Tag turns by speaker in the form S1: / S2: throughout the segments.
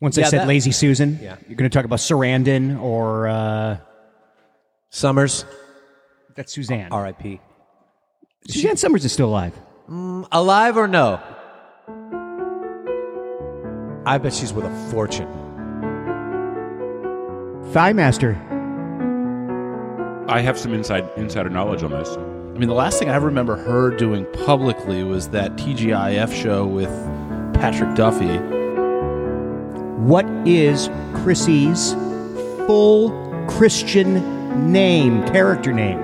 S1: Once I
S2: Yeah,
S1: said
S2: that-
S1: Lazy Susan,
S2: Yeah.
S1: you're going to talk about Sarandon or uh,
S2: Summers,
S1: that's Suzanne.
S2: R.I.P.
S1: Suzanne Summers is still alive.
S2: Alive or no? I bet she's worth a fortune.
S1: Thigh Master.
S3: I have some inside insider knowledge on this.
S4: I mean, the last thing I remember her doing publicly was that TGIF show with Patrick Duffy.
S1: What is Chrissy's full Christian name, character name?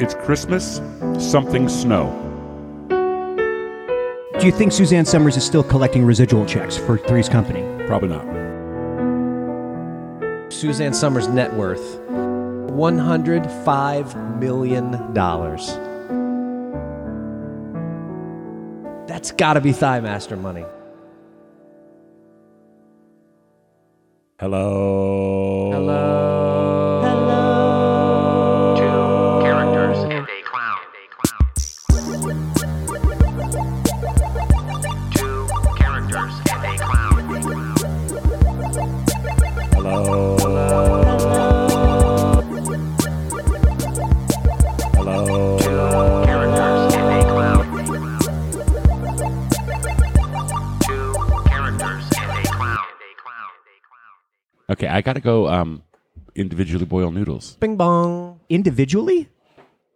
S3: It's Christmas, something snow.
S1: Do you think Suzanne Summers is still collecting residual checks for Three's Company?
S3: Probably not.
S2: Suzanne Summers' net worth $105 million. That's got to be Thigh Master money.
S3: Hello. Hello.
S5: Two characters and a clown. Two characters and a clown.
S3: Hello. Hello.
S5: Two characters and a clown. Two characters and a clown.
S3: Okay, I gotta go. Um, individually boil noodles.
S2: Bing bong.
S1: Individually?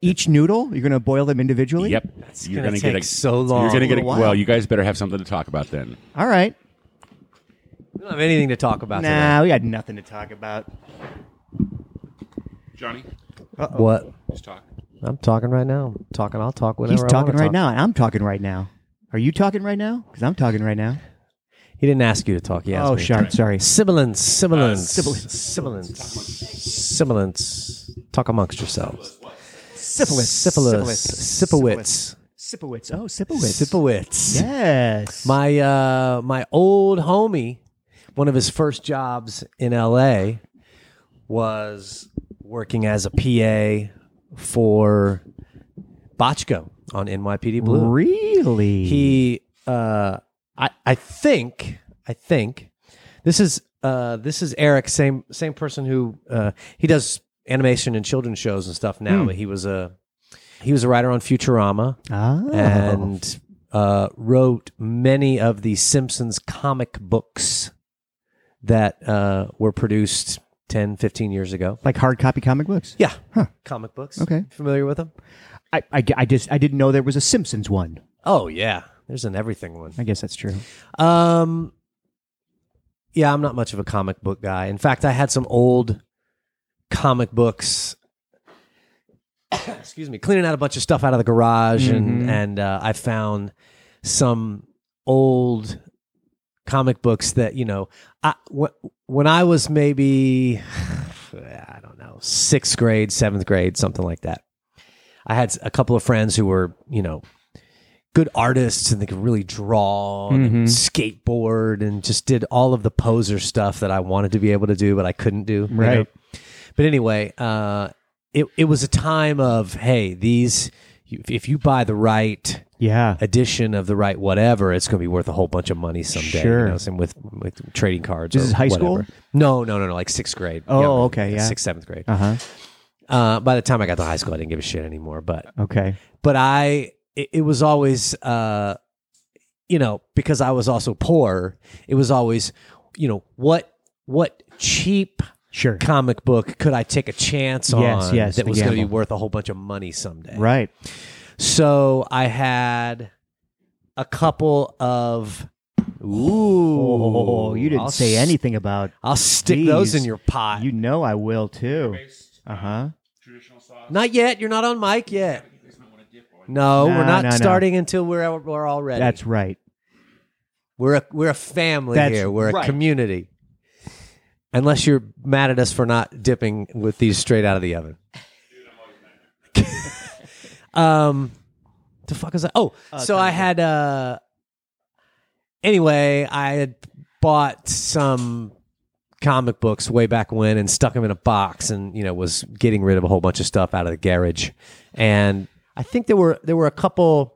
S1: Each noodle? You're going to boil them individually?
S3: Yep,
S2: gonna take so long.
S3: You're gonna get a,
S1: It's a little
S3: well.
S1: while.
S3: You guys better have something to talk about then.
S1: All right.
S2: We don't have anything to talk about
S1: Nah, we had nothing to talk about.
S3: Johnny,
S2: today. What?
S3: just talk.
S2: I'm talking right now. Talking. I'll talk whenever
S1: He's
S2: I
S1: talking
S2: wanna
S1: right
S2: talk.
S1: now, and I'm talking right now. Are you talking right now? Because I'm talking right now.
S2: He didn't ask you to talk. He asked
S1: oh,
S2: me.
S1: Sean, sorry.
S2: Sibilance, sibilance,
S1: sibilance.
S2: sibilance, sibilance. Talk amongst yourselves.
S1: Syphilis.
S2: syphilis, sipowitz,
S1: Sipowitz. Oh, Sipowitz.
S2: sipowitz.
S1: Yes.
S2: My uh, my old homie, one of his first jobs in L.A. was working as a PA for Botchko on NYPD Blue.
S1: really?
S2: he uh i i think i think this is uh this is eric same same person who uh he does animation and children's shows and stuff
S1: Hmm.
S2: now but he was a he was a writer on futurama
S1: Oh.
S2: and uh wrote many of the simpsons comic books that uh were produced 10 15 years ago
S1: like hard copy comic books.
S2: yeah comic books
S1: Okay.
S2: familiar with them
S1: I, I, ge- I just I didn't know there was a Simpsons one.
S2: oh yeah there's an everything one
S1: I guess that's true.
S2: Um, yeah, I'm not much of a comic book guy. In fact, I had some old comic books. excuse me, cleaning out a bunch of stuff out of the garage, and and uh, I found some old comic books that you know, I wh- when I was maybe I don't know sixth grade, seventh grade, something like that. I had a couple of friends who were you know good artists and they could really draw
S1: Mm-hmm.
S2: and skateboard and just did all of the poser stuff that I wanted to be able to do, but I couldn't do. you know?
S1: Right.
S2: But anyway, uh, it, it was a time of, hey, these, if- if you buy the right
S1: Yeah.
S2: edition of the right whatever, it's going to be worth a whole bunch of money someday. You
S1: Sure.
S2: know, same with, with trading cards.
S1: This
S2: or
S1: is high school?
S2: whatever. No, no, no, no. Like sixth grade.
S1: Oh,
S2: Younger,
S1: okay, yeah.
S2: Sixth, seventh grade.
S1: Uh huh.
S2: Uh, by the time I got to high school, I didn't give a shit anymore. But
S1: Okay.
S2: but I it, it was always uh you know because I was also poor it was always you know what what cheap
S1: Sure.
S2: comic book could I take a chance
S1: Yes,
S2: on
S1: yes,
S2: that
S1: the
S2: was going to be
S1: gamble.
S2: worth a whole bunch of money someday
S1: Right.
S2: so I had a couple of ooh
S1: Oh, you didn't
S2: I'll
S1: say
S2: s-
S1: anything about.
S2: I'll stick those
S1: Jeez.
S2: in your pot
S1: You know I will too. Uh huh.
S2: not yet you're not on mic yet no,
S1: No,
S2: we're not
S1: no, no.
S2: starting until we're we're all ready
S1: That's right.
S2: We're a we're a family
S1: That's
S2: here. We're a
S1: right.
S2: community. Unless you're mad at us for not dipping with these straight out of the oven. um, the fuck is that? Oh, so I had uh. Anyway, I had bought some comic books way back when and stuck them in a box and you know was getting rid of a whole bunch of stuff out of the garage and I think there were there were a couple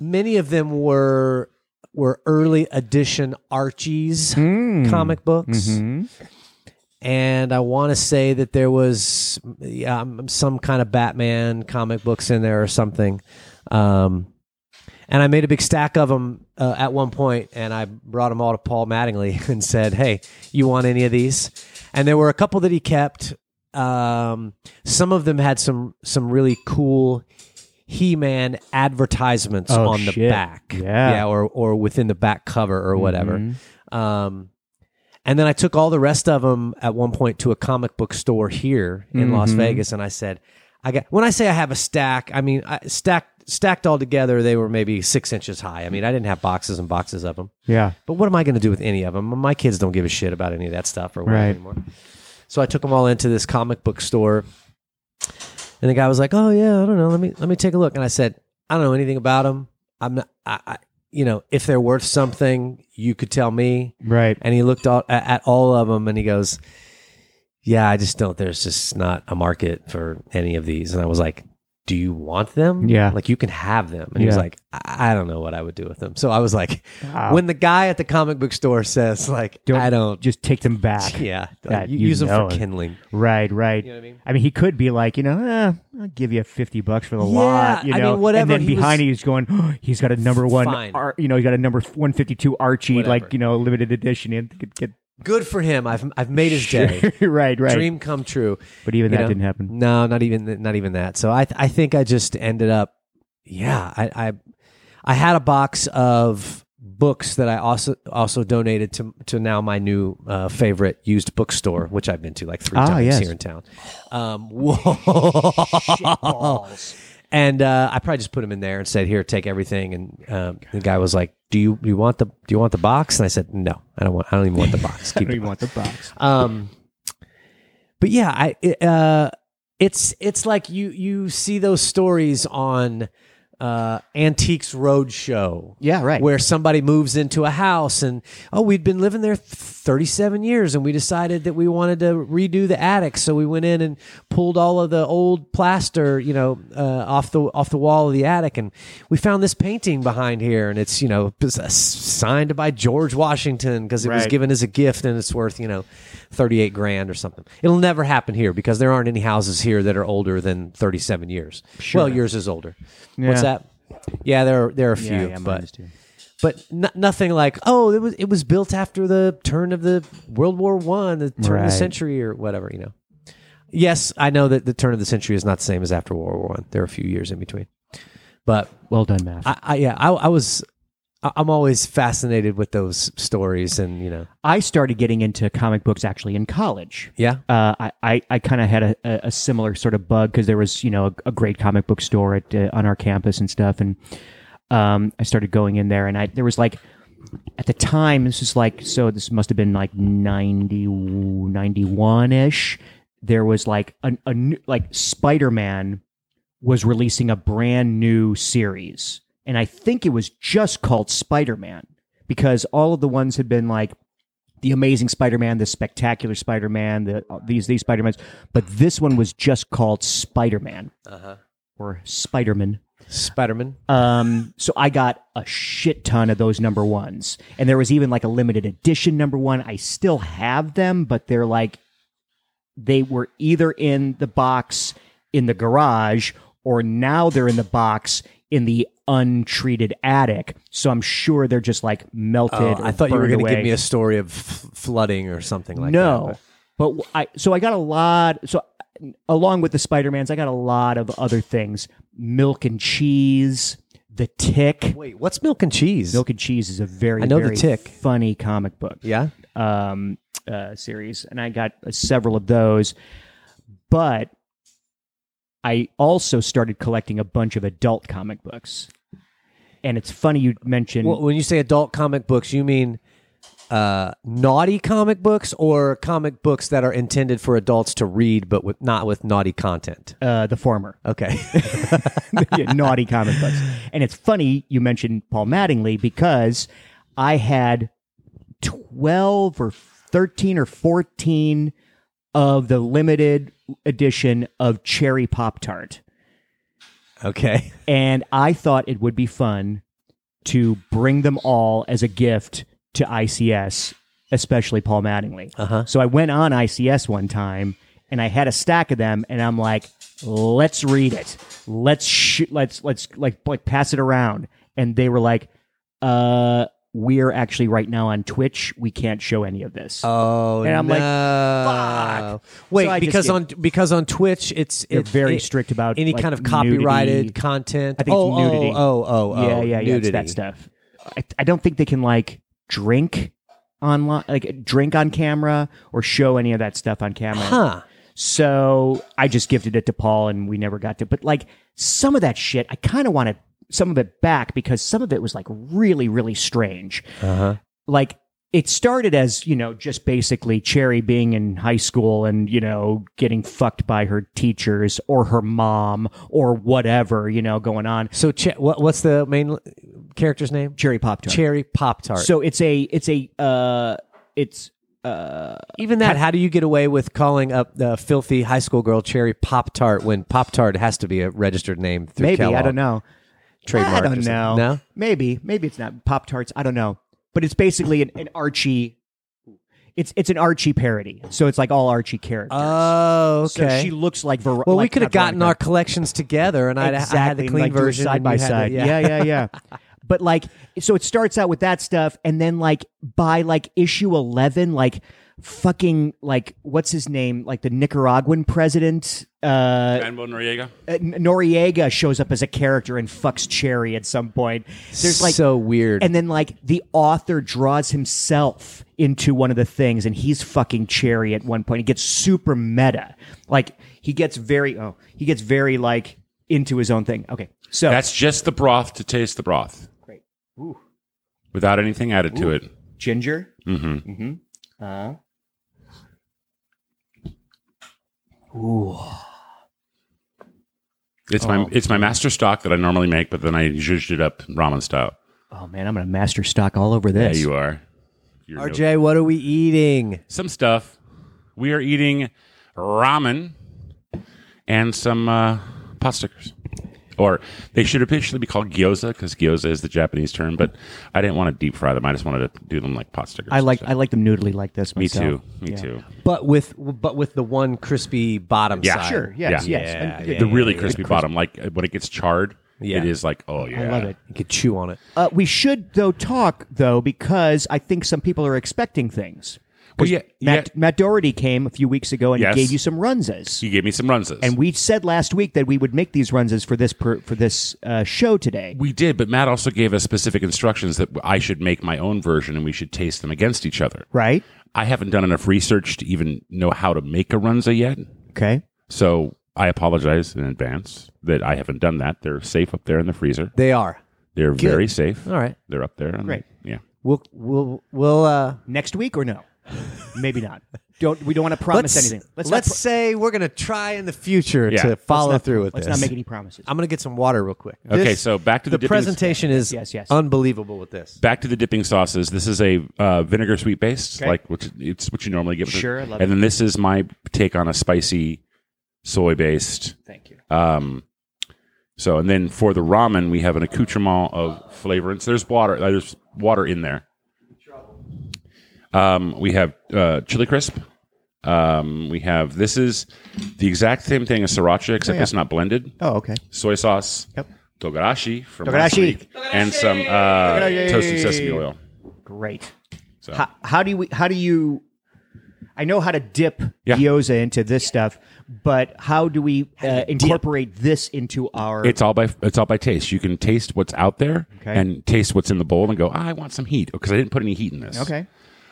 S2: many of them were were early edition Archie's comic books.
S1: Mm-hmm.
S2: And I want to say that there was yeah, um, some kind of Batman comic books in there or something. Um, and I made a big stack of them uh, at one point, and I brought them all to Paul Mattingly and said, "Hey, you want any of these?" And there were a couple that he kept. Um, some of them had some some really cool He-Man advertisements
S1: Oh,
S2: on the
S1: shit.
S2: back,
S1: Yeah.
S2: or or within the back cover or whatever. Um, and then I took all the rest of them at one point to a comic book store here in Las Vegas, and I said, "I got." When I say I have a stack, I mean I, stacked stacked all together. They were maybe six inches high. I mean, I didn't have boxes and boxes of them.
S1: Yeah.
S2: But what am I going to do with any of them? My kids don't give a shit about any of that stuff or whatever
S1: Right.
S2: anymore. So I took them all into this comic book store, and the guy was like, "Oh yeah, I don't know. Let me let me take a look." And I said, "I don't know anything about them. I'm not. I, I you know, if they're worth something, you could tell me."
S1: Right.
S2: And he looked all, at, at all of them and he goes, "Yeah, I just don't. There's just not a market for any of these." And I was like, "Do you want them?
S1: Yeah.
S2: like you can have them." And he was
S1: Yeah.
S2: like, I-, "I don't know what I would do with them." So I was like,
S1: Wow.
S2: "When the guy at the comic book store says like,
S1: Don't-
S2: I don't,
S1: Just take them back.
S2: yeah,
S1: That
S2: like, you
S1: you
S2: use them
S1: know
S2: for
S1: it.
S2: kindling."
S1: Right, right.
S2: You know what I mean?
S1: I mean, he could be like, you know, eh, I'll give you 50 bucks for the
S2: Yeah,
S1: lot, you
S2: I
S1: know.
S2: mean, whatever,
S1: And then
S2: he
S1: behind
S2: was-
S1: he's going, "Oh, he's got a number one,
S2: Fine.
S1: Ar- you know, he's got a number 152 Archie,
S2: Whatever.
S1: like, you know, limited edition. And get, get,
S2: Good for him. I've I've made his day.
S1: right, right.
S2: Dream come true.
S1: But even
S2: you
S1: that
S2: know?
S1: didn't happen.
S2: No, not even not even that. So I I think I just ended up yeah, I I, I had a box of books that I also also donated to to now my new uh, favorite used bookstore, which I've been to like three
S1: Ah,
S2: times
S1: yes.
S2: here in town. Um, whoa. And uh, I probably just put them in there and said, "Here, take everything." And um, the guy was like, "Do you do you want the do you want the box?" And I said, "No, I don't want. I don't even want the box. Keep
S1: I don't
S2: it."
S1: even want the box.
S2: Um, but yeah, I it, uh, it's it's like you you see those stories on uh, Antiques Roadshow.
S1: Yeah, right.
S2: Where somebody moves into a house and oh, we'd been living there 37 years and we decided that we wanted to redo the attic, so we went in and pulled all of the old plaster, you know, uh, off the off the wall of the attic, and we found this painting behind here, and it's you know it's, uh, signed by George Washington because it was
S1: Right.
S2: given as a gift and it's worth you know 38 grand or something. It'll never happen here because there aren't any houses here that are older than 37 years. Well, yours is older.
S1: Yeah.
S2: What's that? Yeah, there are, there are a few,
S1: yeah, yeah, mine is
S2: but
S1: too.
S2: but no, nothing like oh, it was it was built after the turn of the World War One, the turn of
S1: Right.
S2: the century, or whatever. You know. Yes, I know that the turn of the century is not the same as after World War One. There are a few years in between, but
S1: Well done, Matt.
S2: I, I yeah, I, I was. I- I'm always fascinated with those stories, and you know,
S1: I started getting into comic books actually in college.
S2: yeah,
S1: uh, I, I, I kind of had a, a, a similar sort of bug because there was you know a, a great comic book store at uh, on our campus and stuff, and um, I started going in there, and I there was like at the time this is like so this must have been like 90 91 ish. There was like a, a new, like Spider Man was releasing a brand new series, and I think it was just called Spider Man because all of the ones had been like the Amazing Spider-Man, the Spectacular Spider-Man, the uh, these these Spider-Mans, but this one was just called Spider-Man
S2: Uh-huh.
S1: or Spider-Man.
S2: Spider-Man.
S1: Um, so I got a shit ton of those number ones, and there was even like a limited edition number one. I still have them, but they're like they were either in the box in the garage or now they're in the box in the untreated attic. So I'm sure they're just like melted.
S2: Oh, I thought you were
S1: going
S2: going
S1: to
S2: to give me a story of f- flooding or something like that.
S1: no, but w- I so I got a lot. So along with the Spider Mans, I got a lot of other things: milk and cheese, the Tick.
S2: Wait, what's milk and cheese?
S1: Milk and cheese is a very
S2: I know The
S1: very
S2: Tick.
S1: funny comic book
S2: yeah.
S1: um, uh, series, and I got uh, several of those. But I also started collecting a bunch of adult comic books. And it's funny you mentioned
S2: Well, when you say adult comic books, you mean uh, naughty comic books or comic books that are intended for adults to read, but with not with naughty content.
S1: uh, the former.
S2: Okay.
S1: Yeah, naughty comic books. And it's funny you mentioned Paul Mattingly because I had 12 or 13 or 14 of the limited edition of Cherry Pop Tart.
S2: okay.
S1: And I thought it would be fun to bring them all as a gift to ICS, especially Paul Mattingly.
S2: Uh-huh.
S1: So I went on ICS one time and I had a stack of them and I'm like, let's read it. Let's sh- let's let's like like pass it around. And they were like, uh, we're actually right now on Twitch. We can't show any of this.
S2: Oh,
S1: And I'm like,
S2: no. Wait,
S1: So I just
S2: because
S1: get-
S2: on because on Twitch it's
S1: They're
S2: it's
S1: very
S2: it-
S1: strict about
S2: any
S1: like,
S2: kind of copyrighted
S1: nudity.
S2: content.
S1: I think it's
S2: oh, oh,
S1: nudity.
S2: Oh, oh, oh,
S1: yeah, yeah, yeah, it's
S2: nudity.
S1: that stuff. I, I don't think they can like drink online, like drink on camera or show any of that stuff on camera.
S2: Huh?
S1: So I just gifted it to Paul, and we never got to. But like some of that shit, I kind of wanted some of it back because some of it was like really, really strange.
S2: Uh-huh.
S1: Like it started as you know just basically Cherry being in high school and you know getting fucked by her teachers or her mom or whatever you know going on.
S2: So, Ch- what what's the main l- character's name?
S1: Cherry Pop Tart.
S2: Cherry Pop Tart.
S1: So it's a it's a uh it's uh
S2: even that, how do you get away with calling up the filthy high school girl Cherry Pop Tart when Pop Tart has to be a registered name? Through
S1: maybe I
S2: Kellogg?
S1: don't know.
S2: Trademarked
S1: I
S2: or
S1: don't
S2: something.
S1: know.
S2: No?
S1: Maybe maybe it's not Pop Tarts. I don't know. But it's basically an, an Archie. It's it's an Archie parody. So it's like all Archie characters.
S2: Oh,
S1: So
S2: okay.
S1: she looks like Ver-
S2: well, we
S1: like
S2: could have
S1: not
S2: gotten our
S1: Veronica.
S2: collections together, and I'd, I had
S1: exactly
S2: the
S1: and,
S2: clean
S1: like, do a
S2: version
S1: side
S2: and
S1: by
S2: you had the-
S1: side. yeah, yeah, yeah. but like, so it starts out with that stuff, and then like by like issue eleven, like fucking like what's his name, like the Nicaraguan president, uh,
S3: Manuel Noriega.
S1: uh, Noriega shows up as a character and fucks Cherry at some point. There's like
S2: so weird.
S1: and then like the author draws himself into one of the things and he's fucking cherry at one point he gets super meta like he gets very oh he gets very like into his own thing okay so
S3: That's just the broth to taste the broth.
S1: Great. Ooh.
S3: Ooh. Without anything added to it.
S1: ginger
S3: hmm
S1: mm-hmm uh
S3: It's
S2: Oh.
S3: my it's my master stock that I normally make, but then I zhuzhed it up ramen style.
S1: oh man i'm gonna master stock all over this
S3: There you are. You're no-
S2: RJ, what are we eating?
S3: some stuff. We are eating ramen and some uh, pot stickers. Or they should officially be called gyoza because gyoza is the Japanese term, but I didn't want to deep fry them. I just wanted to do them like pot stickers.
S1: i like
S3: So-
S1: i like them noodly like this
S3: me
S1: myself.
S3: too. Me
S1: Yeah.
S3: too.
S2: But with but with the one crispy bottom
S3: Yeah.
S2: side.
S1: sure yes
S3: Yeah.
S1: yes
S2: Yeah,
S1: And-
S2: yeah,
S3: the really
S2: yeah, yeah.
S3: crispy bottom, like uh, when it gets charred,
S2: Yeah.
S3: it is like oh yeah.
S1: i love it
S2: You could chew on it.
S1: uh, we should though talk though because i think some people are expecting things
S3: Well, yeah, yeah.
S1: Matt, Matt Doherty came a few weeks ago and
S3: Yes.
S1: gave you some runzas.
S3: You gave me some runzas,
S1: And we said last week that we would make these runzas for this per, for this uh, show today.
S3: We did, but Matt also gave us specific instructions that I should make my own version and we should taste them against each other.
S1: Right?
S3: I haven't done enough research to even know how to make a runza yet.
S1: Okay.
S3: So I apologize in advance that I haven't done that. They're safe up there in the freezer.
S2: They are.
S3: They're very safe.
S2: All right.
S3: They're up there. on the-
S1: Great.
S3: Yeah.
S2: We'll we'll we'll uh
S1: Next week or no? Maybe not. Don't we don't want to promise anything.
S2: Let's,
S1: not pro-
S2: say we're gonna try in the future
S3: Yeah.
S2: to
S3: Let's
S2: follow
S1: not-
S2: through with
S1: let's
S2: this.
S1: not make any promises.
S2: I'm gonna get some water real quick.
S3: Okay,
S2: This-
S3: so back to the
S2: the
S3: dipping-
S2: presentation is
S1: Yes, yes.
S2: unbelievable with this.
S3: Back to the dipping sauces. This is a uh, vinegar sweet based,
S1: Okay.
S3: like which it's what you normally get. With
S1: Sure, I
S3: it.
S1: love
S3: and
S1: it.
S3: then this is my take on a spicy soy based
S1: Thank you.
S3: Um, so, and then for the ramen, we have an accoutrement of flavorants. There's water. uh, There's water in there. Um, we have uh, chili crisp. Um, we have this is the exact same thing as sriracha, except it's not blended.
S1: Oh, okay.
S3: Soy sauce.
S1: Yep.
S3: Togarashi from last
S1: Togarashi.
S3: week, and some uh, toasted sesame oil.
S1: Great.
S3: So
S1: How, how do we how do you I know how to dip
S3: Yeah.
S1: gyoza into this stuff, but how do we uh, incorporate this into our
S3: it's all by it's all by taste. You can taste what's out there
S1: Okay.
S3: and taste what's in the bowl, and go, "Ah, I want some heat because I didn't put any heat in this.
S1: Okay.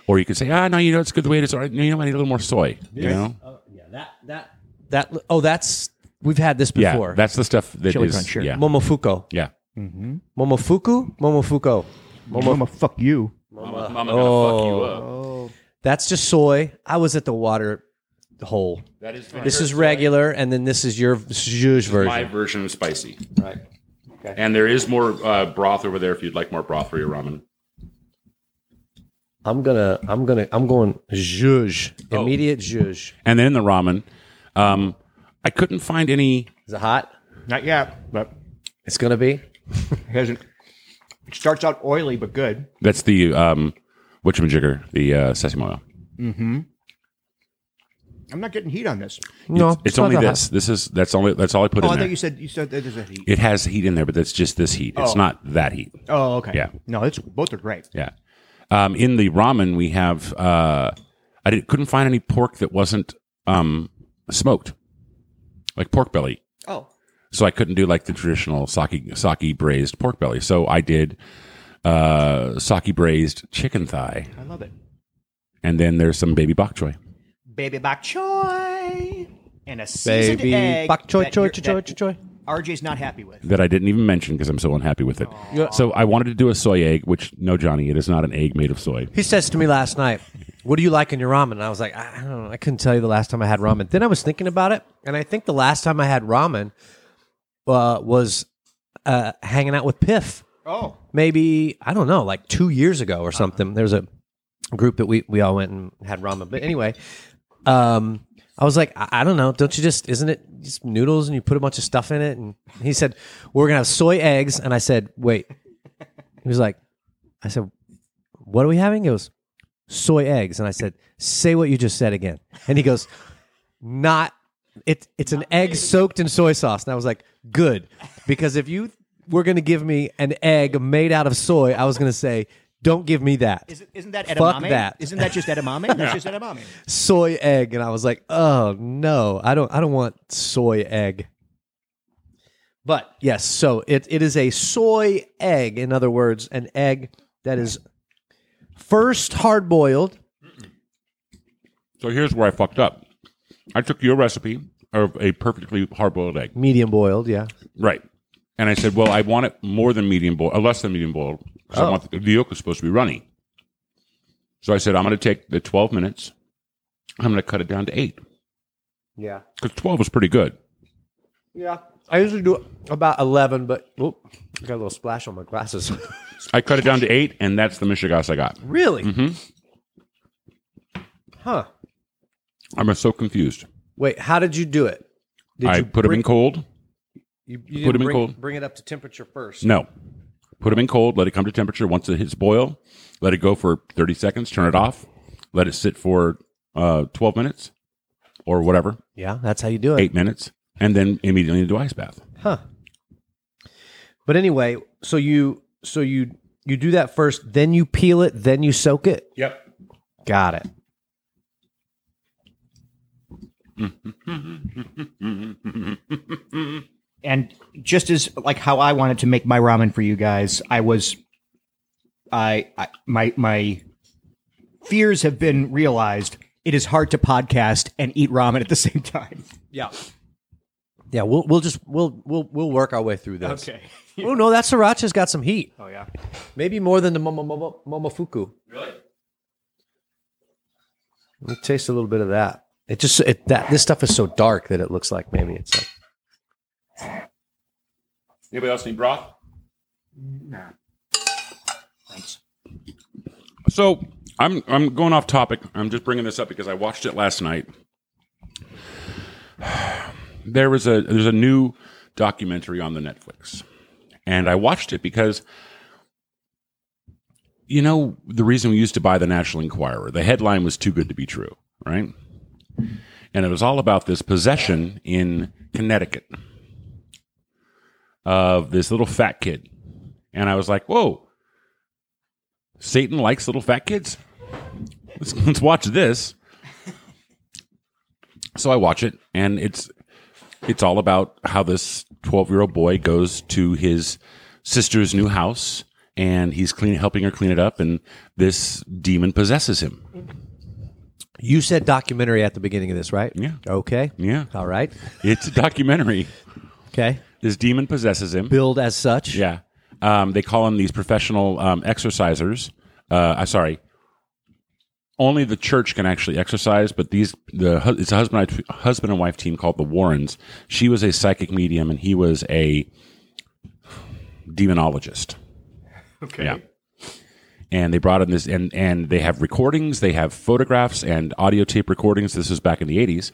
S3: Or you could say, ah, no, you know, it's good the way it is. Or, you know, I need a little more soy. You know,
S2: Yeah, that that that oh that's we've had this
S3: yeah,
S2: before.
S3: that's the stuff that is.
S1: Chili crunch, sure.
S3: Yeah,
S2: Momofuku.
S3: yeah.
S2: Momofuku? Momofuku.
S1: Mama, fuck you.
S3: Mama,
S2: That's just soy. I was at the water hole.
S3: That is
S2: This is regular, and then this is your zhuzh
S3: my
S2: version.
S3: version of spicy. Right. Okay. And there is more uh, broth over there if you'd like more broth for your ramen.
S2: I'm gonna, I'm gonna, I'm going zhuzh.
S3: Oh.
S2: Immediate zhuzh.
S3: And then the ramen, um, I couldn't find any.
S2: Is it hot?
S1: Not yet, but
S2: It's gonna be.
S1: hasn't It starts out oily but good.
S3: That's the um, whatchamajigger, the uh, sesame oil.
S1: I'm not getting heat on this.
S2: No,
S3: It's, only
S2: not that
S3: this. This is that's only that's all I put
S1: Oh, I
S3: in
S1: thought
S3: there.
S1: you said you said that there's a heat.
S3: it has heat in there, but that's just this heat. It's
S1: Oh.
S3: not that heat.
S1: Oh, okay.
S3: Yeah.
S1: No, it's both are great.
S3: Yeah. Um, in the ramen, we have uh, I did, couldn't find any pork that wasn't um, smoked, like pork belly.
S1: Oh.
S3: So I couldn't do like the traditional sake sake braised pork belly. So I did uh, sake braised chicken thigh,
S1: I love it.
S3: and then there's some baby bok choy.
S1: Baby bok choy and a seasoned
S2: Baby
S1: egg.
S2: bok choy,
S1: that
S2: choy,
S1: you're-
S2: choy, choy,
S1: that
S2: choy.
S1: RJ's not happy with.
S3: that I didn't even mention because I'm so unhappy with it. So I wanted to do a soy egg, which no, Johnny, it is not an egg made of soy.
S2: He says to me last night, "What do you like in your ramen?" And I was like, "I I don't know. I couldn't tell you the last time I had ramen." Then I was thinking about it, and I think the last time I had ramen uh, was uh, hanging out with Piff.
S1: Oh.
S2: maybe I don't know, like two years ago or something. There was a group that we we all went and had ramen. But anyway, um, I was like, I, I don't know. Don't you just isn't it just noodles and you put a bunch of stuff in it? And he said we're gonna have soy eggs, and I said wait. He was like, I said, what are we having? He goes, soy eggs, and I said, say what you just said again. And he goes, not. It, it's an egg soaked in soy sauce. And I was like, good. Because if you were going to give me an egg made out of soy, I was going to say, don't give me that.
S1: Isn't, isn't that edamame?
S2: Fuck that.
S1: Isn't that just edamame? That's just edamame.
S2: soy egg. And I was like, oh, no, I don't, I don't want soy egg. But yes, so it, it is a soy egg. In other words, an egg that is first hard boiled.
S3: So here's where I fucked up. I took your recipe of a perfectly hard boiled egg.
S2: medium boiled, yeah.
S3: Right. And I said, well, I want it more than medium boiled, or less than medium boiled, 'cause
S2: Oh.
S3: I want the, the yolk is supposed to be runny. So I said, I'm going to take the 12 minutes. I'm going to cut it down to eight
S2: Yeah.
S3: because 12 was pretty good.
S2: Yeah. I usually do about 11, but oop, I got a little splash on my glasses.
S3: I cut it down to eight, and that's the Michigas I got.
S2: really?
S3: Mhm. Mm-hmm.
S2: Huh.
S3: I'm so confused.
S2: Wait, how did you do it? Did
S3: I
S2: you
S3: put them in
S2: bring-
S3: cold.
S2: You, you
S3: put
S2: didn't
S3: 'em in
S2: bring,
S3: cold.
S2: Bring it up to temperature first.
S3: No. Put them in cold, let it come to temperature. Once it hits boil, let it go for 30 seconds, turn it off, let it sit for uh, 12 minutes or whatever,
S2: Yeah, that's how you do it.
S3: eight minutes, and then immediately into ice bath.
S2: Huh. But anyway, so you so you you do that first, then you peel it, then you soak it.
S3: Yep.
S2: Got it.
S1: and just as like how I wanted to make my ramen for you guys, I was, I, I my my fears have been realized. It is hard to podcast and eat ramen at the same time.
S2: Yeah. Yeah, we'll we'll just we'll we'll we'll work our way through this.
S1: Okay.
S2: Oh no, that sriracha's got some heat.
S1: Oh yeah.
S2: Maybe more than the momo, momo, momofuku. Really? Let me taste a little bit of that. It just it that this stuff is so dark that it looks like maybe it's like
S3: Anybody else need broth?
S1: Thanks.
S3: So I'm I'm going off topic. I'm just bringing this up because I watched it last night. There was a there's a new documentary on the Netflix, and I watched it because you know the reason we used to buy the National Enquirer. The headline was too good to be true, right? And it was all about this possession in Connecticut of this little fat kid, and I was like, whoa. Satan likes little fat kids. Let's, let's watch this. So I watch it, and it's it's all about how this twelve year old boy goes to his sister's new house, and he's clean helping her clean it up, and this demon possesses him.
S2: you said documentary at the beginning of this, right?
S3: Yeah.
S2: Okay.
S3: Yeah,
S2: All right.
S3: it's a documentary.
S2: Okay.
S3: This demon possesses him.
S2: Build as such.
S3: Yeah, um, they call them these professional um, exercisers. Uh, I'm sorry. Only the church can actually exercise, but these the hu- it's a husband and wife- husband and wife team called the Warrens. She was a psychic medium, and he was a demonologist.
S1: Okay.
S3: Yeah. And they brought in this, and and they have recordings, they have photographs and audio tape recordings. This is back in the eighties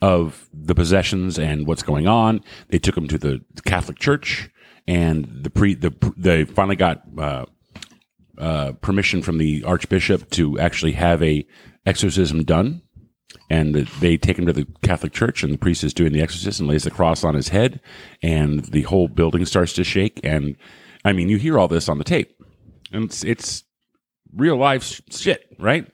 S3: of the possessions and what's going on. They took him to the Catholic Church, and the pre the they finally got uh, uh, permission from the archbishop to actually have a exorcism done and they take him to the Catholic Church, and the priest is doing the exorcism, lays the cross on his head, and the whole building starts to shake. And I mean, you hear all this on the tape, and it's, it's real life sh- shit, right?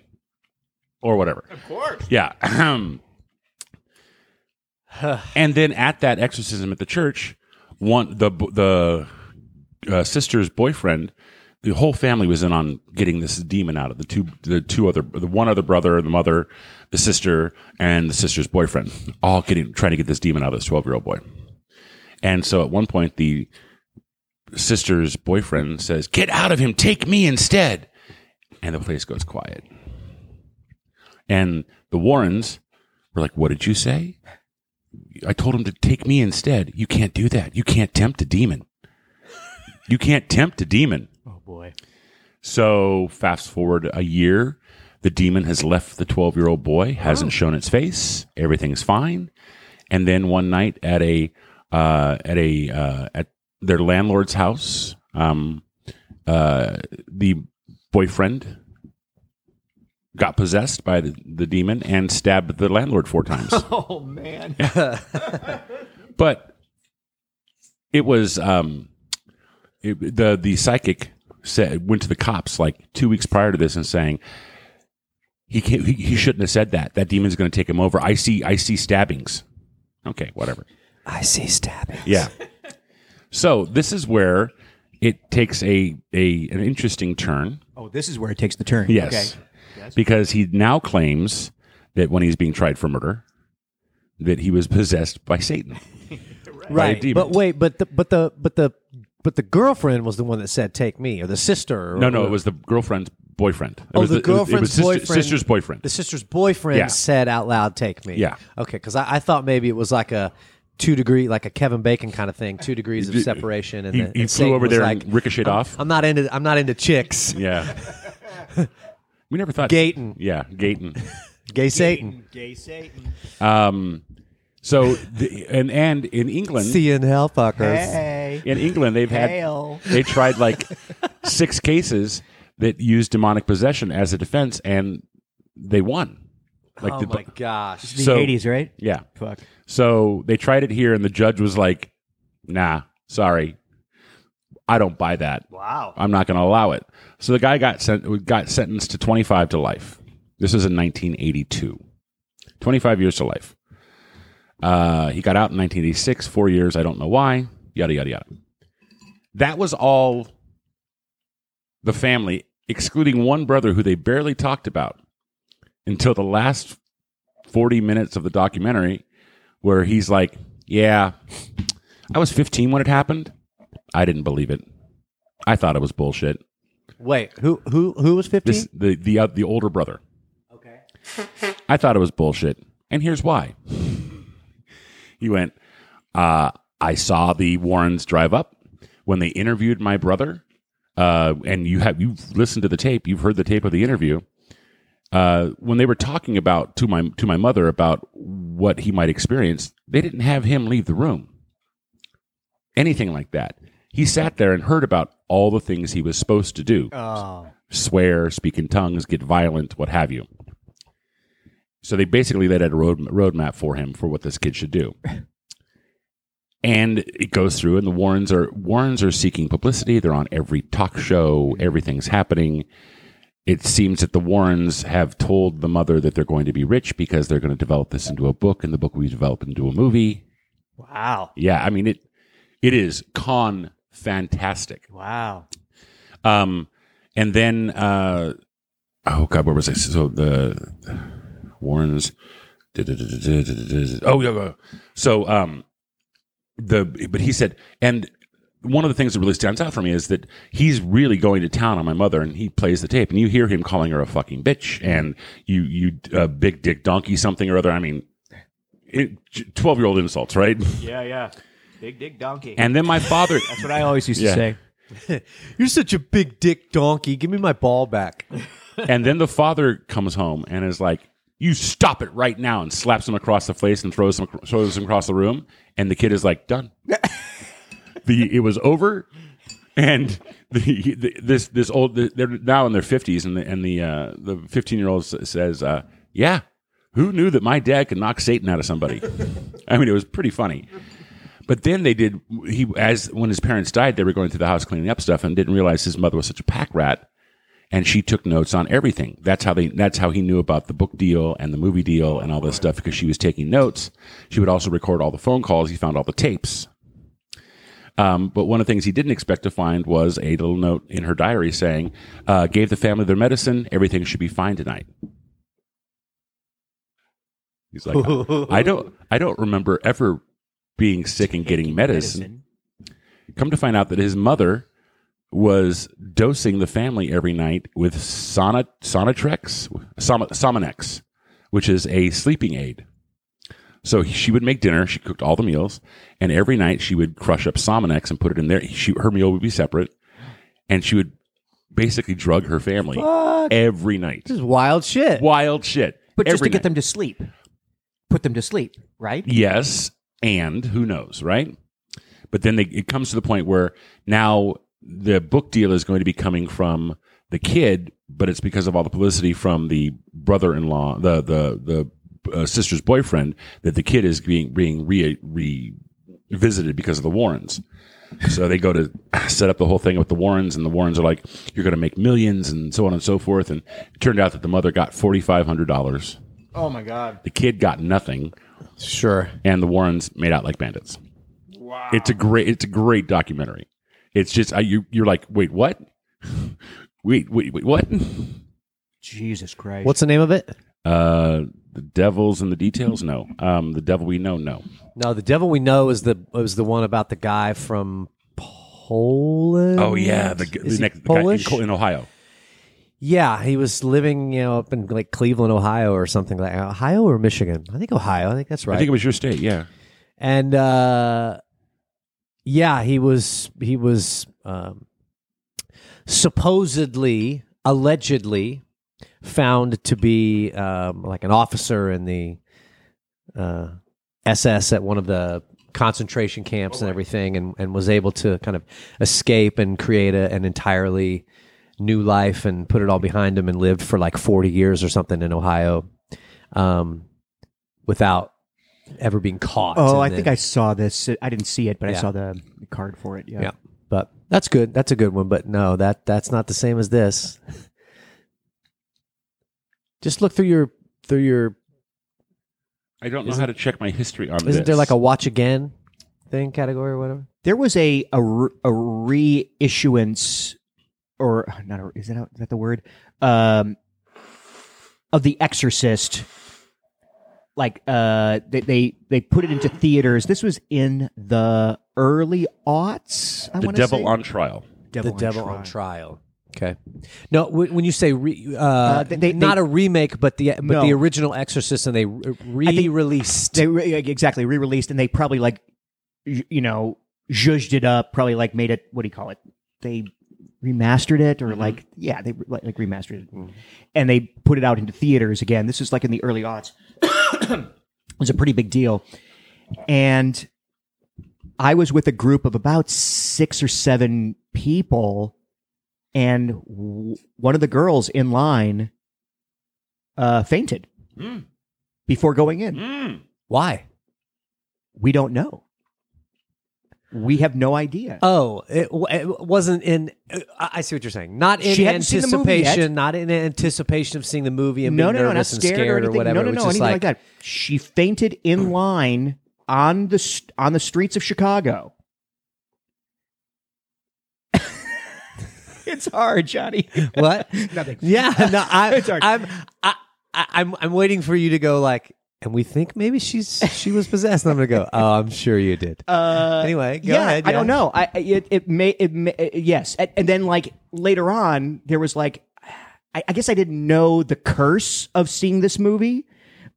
S3: Or whatever. Of course. Yeah. and then at that exorcism at the church, one the the uh, sister's boyfriend, the whole family was in on getting this demon out of the two the two other the one other brother, the mother, the sister, and the sister's boyfriend, all getting trying to get this demon out of this twelve year old boy. And so at one point, the sister's boyfriend says, "Get out of him! Take me instead." And the place goes quiet. And the Warrens were like, "What did you say?" I told him to take me instead. You can't do that. You can't tempt a demon. You can't tempt a demon.
S1: Oh boy.
S3: So fast forward a year, the demon has left the 12 year old boy, hasn't shown its face. Everything's fine. And then one night at a uh, at a uh, at their landlord's house, um, uh, the boyfriend got possessed by the, the demon and stabbed the landlord four times.
S2: Oh man.
S3: but it was um it, the the psychic said went to the cops like two weeks prior to this and saying he can't, he, he shouldn't have said that that demon's going to take him over i see i see stabbings okay whatever
S2: I see stabbing.
S3: yeah. so this is where it takes a, a an interesting turn
S1: Oh, this is where it takes the turn.
S3: Yes. Because he now claims that when he's being tried for murder, that he was possessed by Satan. By a demon.
S2: But wait, but the but the but the but the girlfriend was the one that said take me or the sister or
S3: no, no, it was the girlfriend's boyfriend. It
S2: Oh,
S3: was
S2: the,
S3: it was- it was
S2: girlfriend's
S3: sister-
S2: boyfriend.
S3: sister's boyfriend.
S2: The sister's boyfriend
S3: Yeah.
S2: said out loud, "Take me."
S3: Yeah.
S2: Okay, because I, I thought maybe it was like a two degree, like a Kevin Bacon kind of thing, two degrees of separation, and
S3: he-
S2: the,
S3: he
S2: and
S3: flew
S2: Satan
S3: over
S2: was
S3: there
S2: like,
S3: and ricocheted
S2: I'm,
S3: off."
S2: I'm not into. I'm not into chicks.
S3: Yeah. we never thought
S2: Gaten.
S3: Yeah, Gaten.
S2: Gay Satan.
S1: Gay Satan.
S3: Um, so the, and and in England,
S2: See you in hell, fuckers.
S3: in England they've had they tried like six cases that used demonic possession as a defense, and they won. Like
S2: oh
S3: the,
S2: my gosh.
S1: The
S3: So-
S1: 80s, right?
S3: yeah.
S1: Fuck.
S3: So they tried it here, and the judge was like, nah, sorry. I don't buy that. Wow. I'm not going to allow it. So the guy got sent, got sentenced to 25 to life. This was in 1982. 25 years to life. Uh, he got out in 1986, four years, I don't know why, yada, yada, yada. That was all the family, excluding one brother who they barely talked about until the last 40 minutes of the documentary where he's like, "Yeah, I was 15 when it happened. I didn't believe it. I thought it was bullshit."
S2: Wait, who who who was fifteen?
S3: This the the uh, the older brother. Okay. I thought it was bullshit, and here's why. he went. Uh, I saw the Warrens drive up when they interviewed my brother. Uh, and you have you've listened to the tape. You've heard the tape of the interview. Uh, when they were talking about to my to my mother about what he might experience, they didn't have him leave the room. Anything like that. He sat there and heard about all the things he was supposed to do
S1: Oh.
S3: swear, speak in tongues, get violent, what have you. So they basically laid out a road roadmap for him for what this kid should do. And it goes through, and the Warrens are Warrens are seeking publicity. They're on every talk show. Everything's happening. It seems that the Warrens have told the mother that they're going to be rich because they're going to develop this into a book, and the book will be developed into a movie.
S1: Wow.
S3: Yeah, I mean it. It is con fantastic.
S1: Wow.
S3: Um, and then, uh, oh God, where was I? So the Warrens. Oh yeah, yeah. So um, the but he said, and one of the things that really stands out for me is that he's really going to town on my mother, and he plays the tape, and you hear him calling her a fucking bitch, and you you uh, big dick donkey something or other. I mean, twelve year old insults, right?
S1: Yeah, yeah. Big dick donkey.
S3: And then my father.
S1: That's what I always used
S3: Yeah.
S1: to say.
S2: You're such a big dick donkey. Give me my ball back.
S3: And then the father comes home and is like, "You stop it right now!" and slaps him across the face and throws him throws him across the room. And the kid is like, "Done." the it was over, and the, the this this old they're now in their fifties, and the and the uh, the fifteen year old s- says, uh, "Yeah, who knew that my dad could knock Satan out of somebody?" I mean, it was pretty funny. But then they did. He as when his parents died, they were going through the house cleaning up stuff and didn't realize his mother was such a pack rat, and she took notes on everything. That's how they. That's how he knew about the book deal and the movie deal and all this stuff because she was taking notes. She would also record all the phone calls. He found all the tapes. Um, but one of the things he didn't expect to find was a little note in her diary saying, uh, "Gave the family their medicine. Everything should be fine tonight." He's like, "I don't. I don't remember ever being sick and getting medicine." Come to find out that his mother was dosing the family every night with Sona, Sonatrex, Som, Somanex, which is a sleeping aid. So she would make dinner. She cooked all the meals, and every night she would crush up Somanex and put it in there. She, her meal would be separate, and she would basically drug her family every night.
S2: This is wild shit.
S3: Wild shit.
S1: But just
S3: Every
S1: to get
S3: night.
S1: them to sleep, put them to sleep, right?
S3: Yes, and who knows, right? But then they, it comes to the point where now the book deal is going to be coming from the kid, but it's because of all the publicity from the brother-in-law, the the the uh, sister's boyfriend, that the kid is being being re, revisited because of the Warrens. So they go to set up the whole thing with the Warrens, and the Warrens are like, "You're going to make millions and so on and so forth." And it turned out that the mother got forty five hundred dollars.
S4: Oh my god.
S3: The kid got nothing
S2: Sure.
S3: and the Warrens made out like bandits. Wow. It's a great it's a great documentary. It's just I, you you're like, "Wait, what?" wait, wait, wait, what?
S1: Jesus Christ.
S2: What's the name of it?
S3: Uh the devil's in the details? No. Um the devil we know? No.
S2: No, the devil we know is the was the one about the guy from Poland.
S3: Oh, the, g-
S2: Is
S3: the
S2: he
S3: next the guy in
S2: Polish.
S3: Col- in, Ohio.
S2: yeah, he was living, you know, up in like Cleveland, Ohio, or something like Ohio or Michigan. I think Ohio. I think that's right.
S3: I think it was your state, yeah.
S2: and uh, yeah, he was he was um, supposedly, allegedly, found to be um, like an officer in the uh, SS at one of the concentration camps and everything, and, and was able to kind of escape and create a, an entirely new life and put it all behind him and lived for like 40 years or something in Ohio um, without ever being caught.
S1: Oh,
S2: And
S1: I
S2: then-
S1: think I saw this. I didn't see it, but I
S2: Yeah.
S1: saw the the card for it. Yeah.
S2: Yeah. But that's good. That's a good one. But no, that that's not the same as this. Just look through your through your.
S3: I don't know
S2: Isn't-
S3: how to check my history on
S2: Isn't
S3: this.
S2: there like a watch again thing category or whatever?
S1: There was a a, re- a reissuance, or not? A, is that is that the word? Um, of The Exorcist. Like uh, they, they they put it into theaters. This was in the early aughts. I
S3: The
S1: wanna
S3: devil
S1: say?
S3: on trial.
S1: devil
S2: the Devil on Trial. Okay. No, w- when you say re, uh,
S1: they- they-
S2: not a remake, but the but
S1: No.
S2: the original Exorcist, and they re released.
S1: They re- exactly re-released, and they probably like y- you know zhuzhed it up. Probably like made it. What do you call it? They remastered it, or like yeah, they re- like, like remastered it, and they put it out into theaters again. This is like in the early aughts. it was a pretty big deal, and I was with a group of about six or seven people, and w- one of the girls in line uh, fainted
S3: Mm.
S1: before going in.
S3: Mm.
S2: Why?
S1: We don't know. We have no idea.
S2: Oh, it, w- it wasn't in. uh, I I see what you're saying. Not in
S1: She hadn't seen the movie yet.
S2: anticipation. Not in anticipation of seeing the movie and
S1: no,
S2: being
S1: no, no, not
S2: nervous
S1: scared,
S2: and scared
S1: or anything.
S2: whatever.
S1: no, no,
S2: It was
S1: no,
S2: just
S1: anything like, Hmm. that. She fainted in line on the st- on the streets of Chicago. it's hard, Johnny.
S2: What?
S1: Nothing.
S2: Yeah, no, I,
S1: It's hard.
S2: I'm, I, I, I'm, I'm waiting for you to go like, and we think maybe she's she was possessed. And I'm gonna go. Oh, I'm sure you did.
S1: Uh,
S2: Anyway, go
S1: yeah,
S2: ahead,
S1: I
S2: yeah.
S1: don't know. I I- it it may it may, uh, yes, and, and then like later on, there was like, I, I guess I didn't know the curse of seeing this movie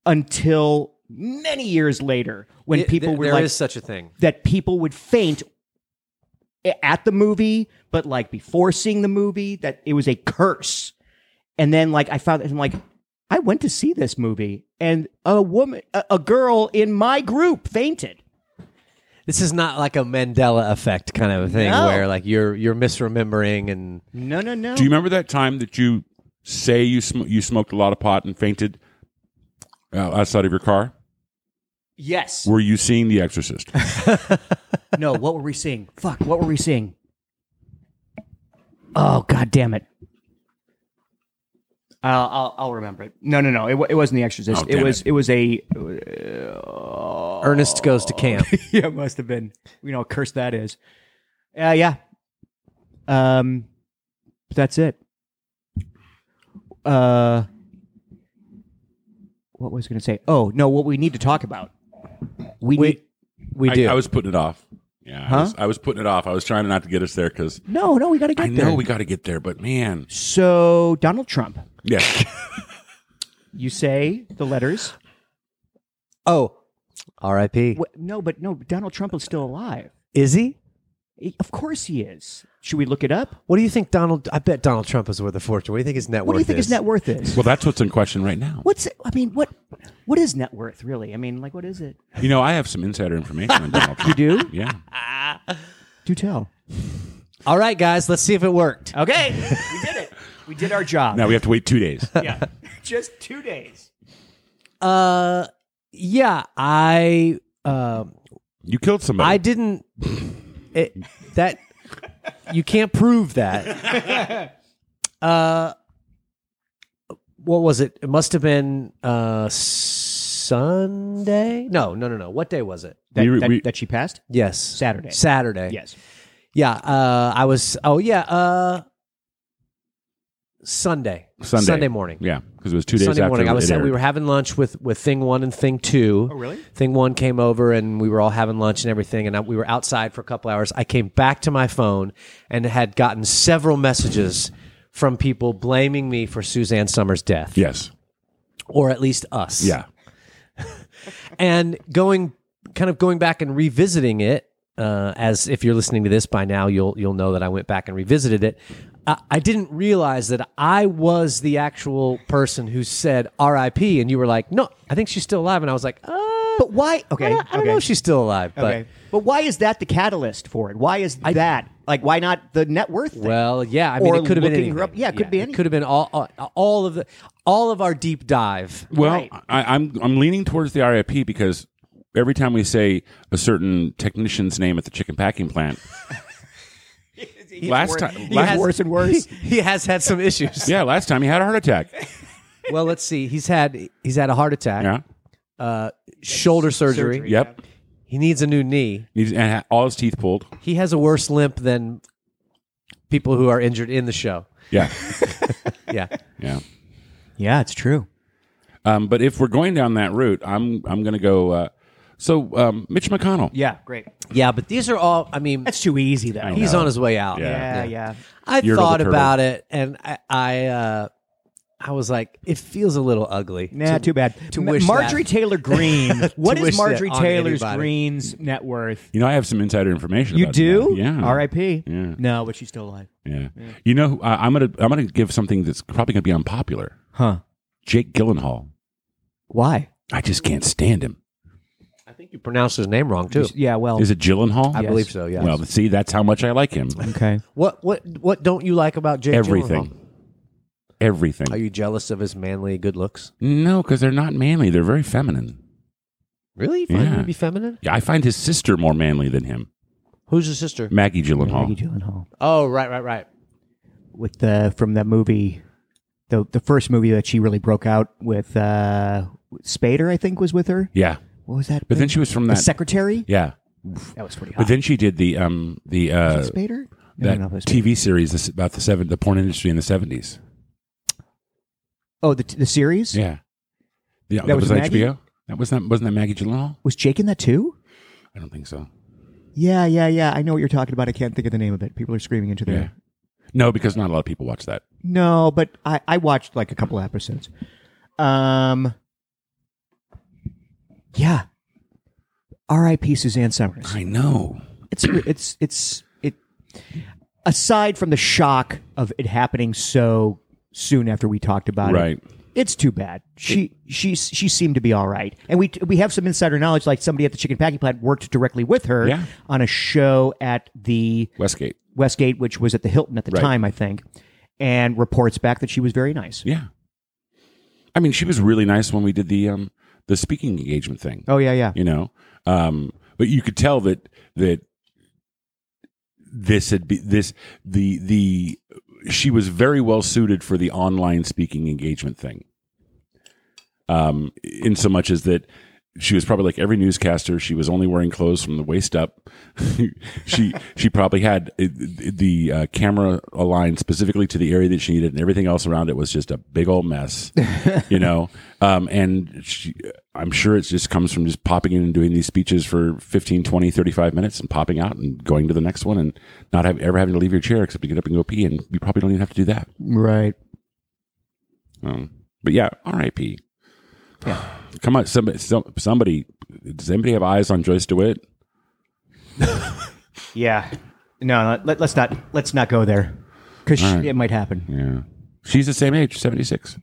S1: until many years later when
S2: It-
S1: people
S2: there-
S1: were
S2: there
S1: like
S2: is such a thing.
S1: that people would faint at the movie, but like before seeing the movie, that it was a curse. And then like I found, I'm like, I went to see this movie, and a woman, a, a girl in my group fainted.
S2: This is not like a Mandela effect kind of a thing
S1: No.
S2: where like you're you're misremembering and
S1: No, no, no.
S3: Do you remember that time that you say you sm- you smoked a lot of pot and fainted uh, outside of your car?
S1: yes.
S3: Were you seeing The Exorcist?
S1: no, what were we seeing? Fuck, what were we seeing? Oh, god damn it. I'll, I'll, I'll remember it. No, no, no. It, wa- it wasn't The Exorcist.
S3: Oh,
S1: it
S3: damn
S1: was
S3: it.
S1: it was a
S2: Ernest goes to camp.
S1: yeah, it must have been. You know, how cursed that is. Uh, yeah. Um, but that's it. Uh, what was I going to say? Oh no, what we need to talk about. We need
S2: We we
S3: I,
S2: do.
S3: I was putting it off. Yeah, I, was, I was putting it off. I was trying not to get us there because
S1: no, no. We got to get
S3: I
S1: there.
S3: know we got to get there, but man,
S1: so Donald Trump.
S3: yeah,
S1: You say the letters.
S2: oh, R.I.P.
S1: Wh- No, but no. Donald Trump is still alive.
S2: Is he?
S1: He- Of course he is. Should we look it up?
S2: What do you think Donald? I bet Donald Trump is worth a fortune. What do you think his net
S1: What
S2: worth?
S1: do you think
S2: is?
S1: his net worth is?
S3: well, that's what's in question right now.
S1: What's I mean, what what is net worth really? I mean, like what is it?
S3: You know, I have some insider information on Donald
S1: You
S3: Trump.
S1: do?
S3: Yeah,
S1: Do tell.
S2: All right, guys, let's see if it worked.
S1: Okay, we did it. We did our job.
S3: now we have to wait two days.
S1: Yeah, just two days.
S2: Uh, yeah, I um
S3: You killed
S2: I
S3: somebody.
S2: didn't. It, that you can't prove that. Uh, what was it? It must have been uh Sunday. No, no, no, no. What day was it?
S1: That,
S3: We-
S1: that,
S3: we-
S1: that she passed.
S2: Yes,
S1: Saturday.
S2: Saturday.
S1: Yes.
S2: Yeah, uh, I was. Oh yeah, uh, Sunday.
S3: Sunday.
S2: Sunday morning.
S3: yeah, because it was two days
S2: Sunday
S3: after
S2: morning. I was
S3: it aired.
S2: we were having lunch with with Thing One and Thing Two.
S1: Oh, really?
S2: Thing One came over and we were all having lunch and everything, and I, we were outside for a couple hours. I came back to my phone and had gotten several messages from people blaming me for Suzanne Summers' death,
S3: yes,
S2: or at least us.
S3: yeah.
S2: and going kind of going back and revisiting it uh, as if you're listening to this by now you'll you'll know that I went back and revisited it I, I didn't realize that I was the actual person who said RIP and you were like no I think she's still alive and I was like uh,
S1: But why?
S2: I
S1: Okay.
S2: don't, I don't
S1: okay.
S2: know if she's still alive but
S1: okay. But why is that the catalyst for it? Why is that like? Why not the net worth? Thing?
S2: Well, yeah, I mean,
S1: Or
S2: it could have been
S1: looking her
S2: anything.
S1: up. Yeah, it could be
S2: It could have been all, all, all of the, all of our deep dive.
S3: Well,
S1: Right.
S3: I, I'm I'm leaning towards the RIP because every time we say a certain technician's name at the chicken packing plant, last time,
S1: He
S3: last,
S1: has- worse and worse.
S2: He has had some issues.
S3: yeah, last time he had a heart attack.
S2: Well, let's see. He's had he's had a heart attack.
S3: Yeah,
S2: Uh, shoulder surgery.
S1: Surgery.
S3: yep.
S2: He needs a new knee.
S3: He's, and ha- all his teeth pulled.
S2: He has a worse limp than people who are injured in the show.
S3: Yeah,
S2: Yeah.
S3: yeah.
S1: yeah, it's true.
S3: Um, but if we're going down that route, I'm I'm going to go. Uh, so um, Mitch McConnell.
S1: Yeah, great.
S2: yeah, but these are all I mean,
S1: That's too easy though.
S3: I know.
S2: he's on his way out.
S1: yeah,
S3: Yeah.
S1: yeah.
S2: I
S3: You're
S2: thought
S3: the turtle.
S2: about it and I I uh I was like, it feels a little ugly.
S1: Nah,
S2: to-
S1: too bad.
S2: to
S1: Ma-
S2: wish
S1: Marjorie
S2: that.
S1: Taylor Greene. what
S2: wish
S1: is
S2: that
S1: Marjorie
S2: on
S1: Taylor
S2: anybody.
S1: Greene's net worth?
S3: You know, I have some insider information.
S1: You
S3: about
S1: do?
S3: that. Yeah.
S1: R.I.P.
S3: Yeah.
S1: No, but she's still alive.
S3: Yeah. You know, I, I'm gonna I'm gonna give something that's probably gonna be unpopular.
S1: Huh.
S3: Jake Gyllenhaal.
S1: Why?
S3: I just can't stand him.
S2: I think you pronounced his name wrong too.
S1: Yeah, well.
S3: Is it Gyllenhaal?
S2: I believe so, yeah.
S3: Well, see, that's how much I like him.
S1: okay.
S2: What what what don't you like about Jake
S3: Everything.
S2: Gyllenhaal?
S3: Everything.
S2: Are you jealous of his manly good looks?
S3: no, because they're not manly. They're very feminine.
S2: Really? You find him
S3: Yeah.
S2: to be feminine?
S3: Yeah, I find his sister more manly than him.
S2: Who's his sister?
S3: Maggie Gyllenhaal.
S1: Maggie Gyllenhaal
S2: Oh, right, right, right.
S1: with the from that movie, the the first movie that she really broke out with uh, Spader, I think, was with her.
S3: Yeah,
S1: What was that?
S3: but then she was from
S1: the
S3: that.
S1: secretary.
S3: yeah,
S1: That was pretty hot.
S3: but then she did the um the uh
S1: Spader. No,
S3: that
S1: no, no, it was Spader.
S3: TV series that's about the seven the porn industry in the seventies.
S1: Oh, the the series
S3: Yeah, yeah, that,
S1: was
S3: was,
S1: Maggie?
S3: HBO. That was not wasn't that Maggie Gyllenhaal?
S1: was Jake in that too.
S3: I don't think so.
S1: Yeah, yeah, yeah. I know what you're talking about. I can't think of the name of it. People are screaming into their
S3: Yeah. No, because not a lot of people watch that.
S1: No, but I, I watched like a couple episodes. Um, yeah. R.I.P. Suzanne Summers.
S3: I know.
S1: It's it's it's it. Aside from the shock of it happening so soon after we talked about it,
S3: Right.
S1: It's too bad. She she she seemed to be all right, and we we have some insider knowledge. Like somebody at the chicken packing plant worked directly with her
S3: Yeah.
S1: on a show at the
S3: Westgate.
S1: Westgate, which was at the Hilton at the
S3: Right.
S1: time, I think, and reports back that she was very nice.
S3: Yeah. I mean, she was really nice when we did the um the speaking engagement thing.
S1: Oh yeah, yeah.
S3: You know, um, but you could tell that that this had be this the the she was very well suited for the online speaking engagement thing. Um, in so much as that she was probably like every newscaster, she was only wearing clothes from the waist up. she she probably had uh, the uh, camera aligned specifically to the area that she needed, and everything else around it was just a big old mess, you know. Um, and she, I'm sure it just comes from just popping in and doing these speeches for 15, 20, 35 minutes, and popping out and going to the next one, and not have, ever having to leave your chair except to get up and go pee, and you probably don't even have to do that.
S1: Right.
S3: Um, but yeah, R.I.P. Come on, somebody, some, somebody, does anybody have eyes on Joyce DeWitt?
S1: Yeah. No, let, us not let's not go there because
S3: Alright.
S1: it might happen.
S3: Yeah, she's the same age, seventy six.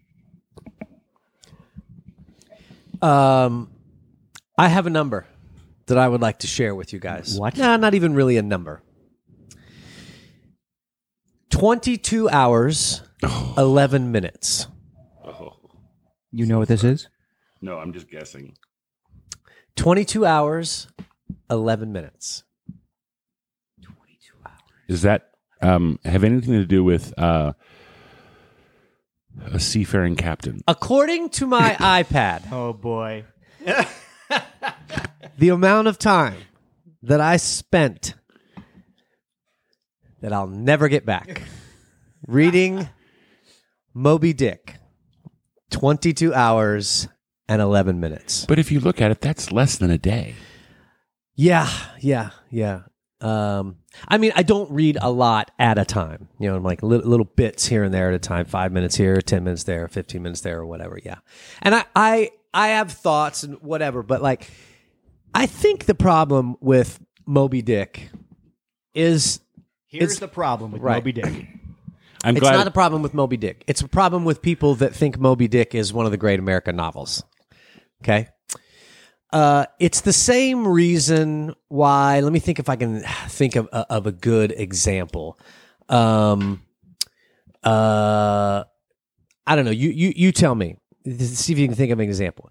S2: Um, I have a number that I would like to share with you guys.
S1: What?
S2: Nah, not even really a number. 22 hours, 11 minutes.
S1: You know what this is?
S3: No, I'm just guessing.
S2: 22 hours, 11 minutes.
S3: Is that um, have anything to do with uh, a seafaring captain?
S2: According to my iPad,
S1: Oh boy.
S2: the amount of time that I spent that I'll never get back reading Moby Dick, 22 hours and 11 minutes.
S3: But if you look at it, that's less than a day.
S2: Yeah, yeah, yeah. Um, I mean, I don't read a lot at a time. You know, I'm like li- little bits here and there at a time. Five minutes here, ten minutes there, fifteen minutes there, or whatever. Yeah, and I, I, I have thoughts and whatever, but like, I think the problem with Moby Dick is
S1: Here's
S2: It's-
S1: the problem with
S2: right.
S1: Moby Dick.
S3: I'm
S2: it's
S3: glad.
S2: not a problem with Moby Dick. It's a problem with people that think Moby Dick is one of the great American novels. Okay. Uh, it's the same reason why. Let me think if I can think of, uh, of a good example. Um, uh, I don't know. You you you tell me. See if you can think of an example.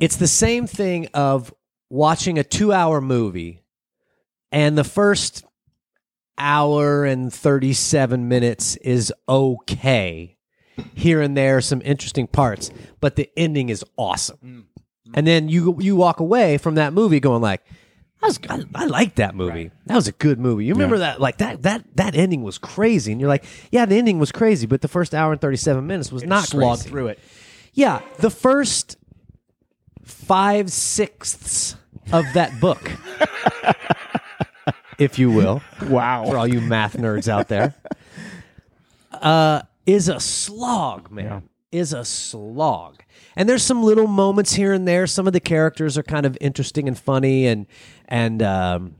S2: It's the same thing of watching a two-hour movie, and the first hour and 37 minutes is okay. Here and there some interesting parts, but the ending is awesome. And then you you walk away from that movie going like I was I, I liked that movie. That was a good movie. You remember that like that that that ending was crazy and you're like, yeah, the ending was crazy, but the first hour and 37 minutes was not
S1: slog
S2: crazy.
S1: through it.
S2: Yeah, the first five sixths of that book, if you will, for
S1: Wow.
S2: all you math nerds out there, uh, is a slog, man. Is a slog. And there's some little moments here and there. Some of the characters are kind of interesting and funny, and and um,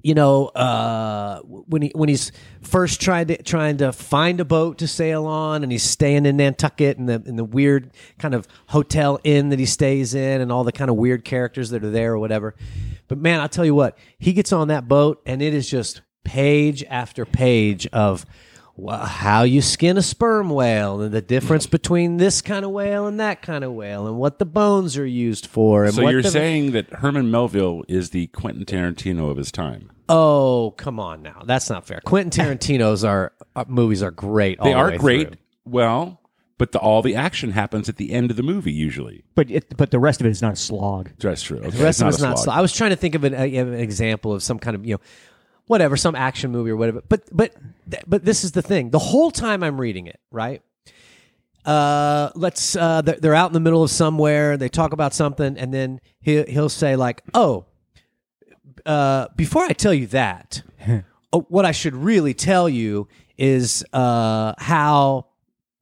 S2: you know uh, when he when he's first trying to trying to find a boat to sail on, and he's staying in Nantucket and the in the weird kind of hotel inn that he stays in, and all the kind of weird characters that are there or whatever. But man, I'll tell you what, he gets on that boat, and it is just page after page of. wha- How you skin a sperm whale and the difference between this kind of whale and that kind of whale and what the bones are used for and
S3: so
S2: what
S3: you're
S2: the,
S3: saying that Herman Melville is the Quentin Tarantino of his time?
S2: Oh, come on now. That's not fair. Quentin Tarantino's are, uh, movies are great. all
S3: They
S2: the
S3: are
S2: way
S3: great.
S2: through.
S3: Well, but the, all the action happens at the end of the movie usually.
S1: But it, but the rest of it is not a slog.
S3: That's true. Okay,
S2: The rest of it's
S3: a
S2: not.
S3: slog.
S2: Slow. I was trying to think of an, a- an example of some kind of you know, whatever, some action movie or whatever. But but th- but this is the thing. The whole time I'm reading it, right? Uh, let's. Uh, they're, they're out in the middle of somewhere. They talk about something, and then he he'll say like, "Oh, uh, before I tell you that, uh, what I should really tell you is uh, how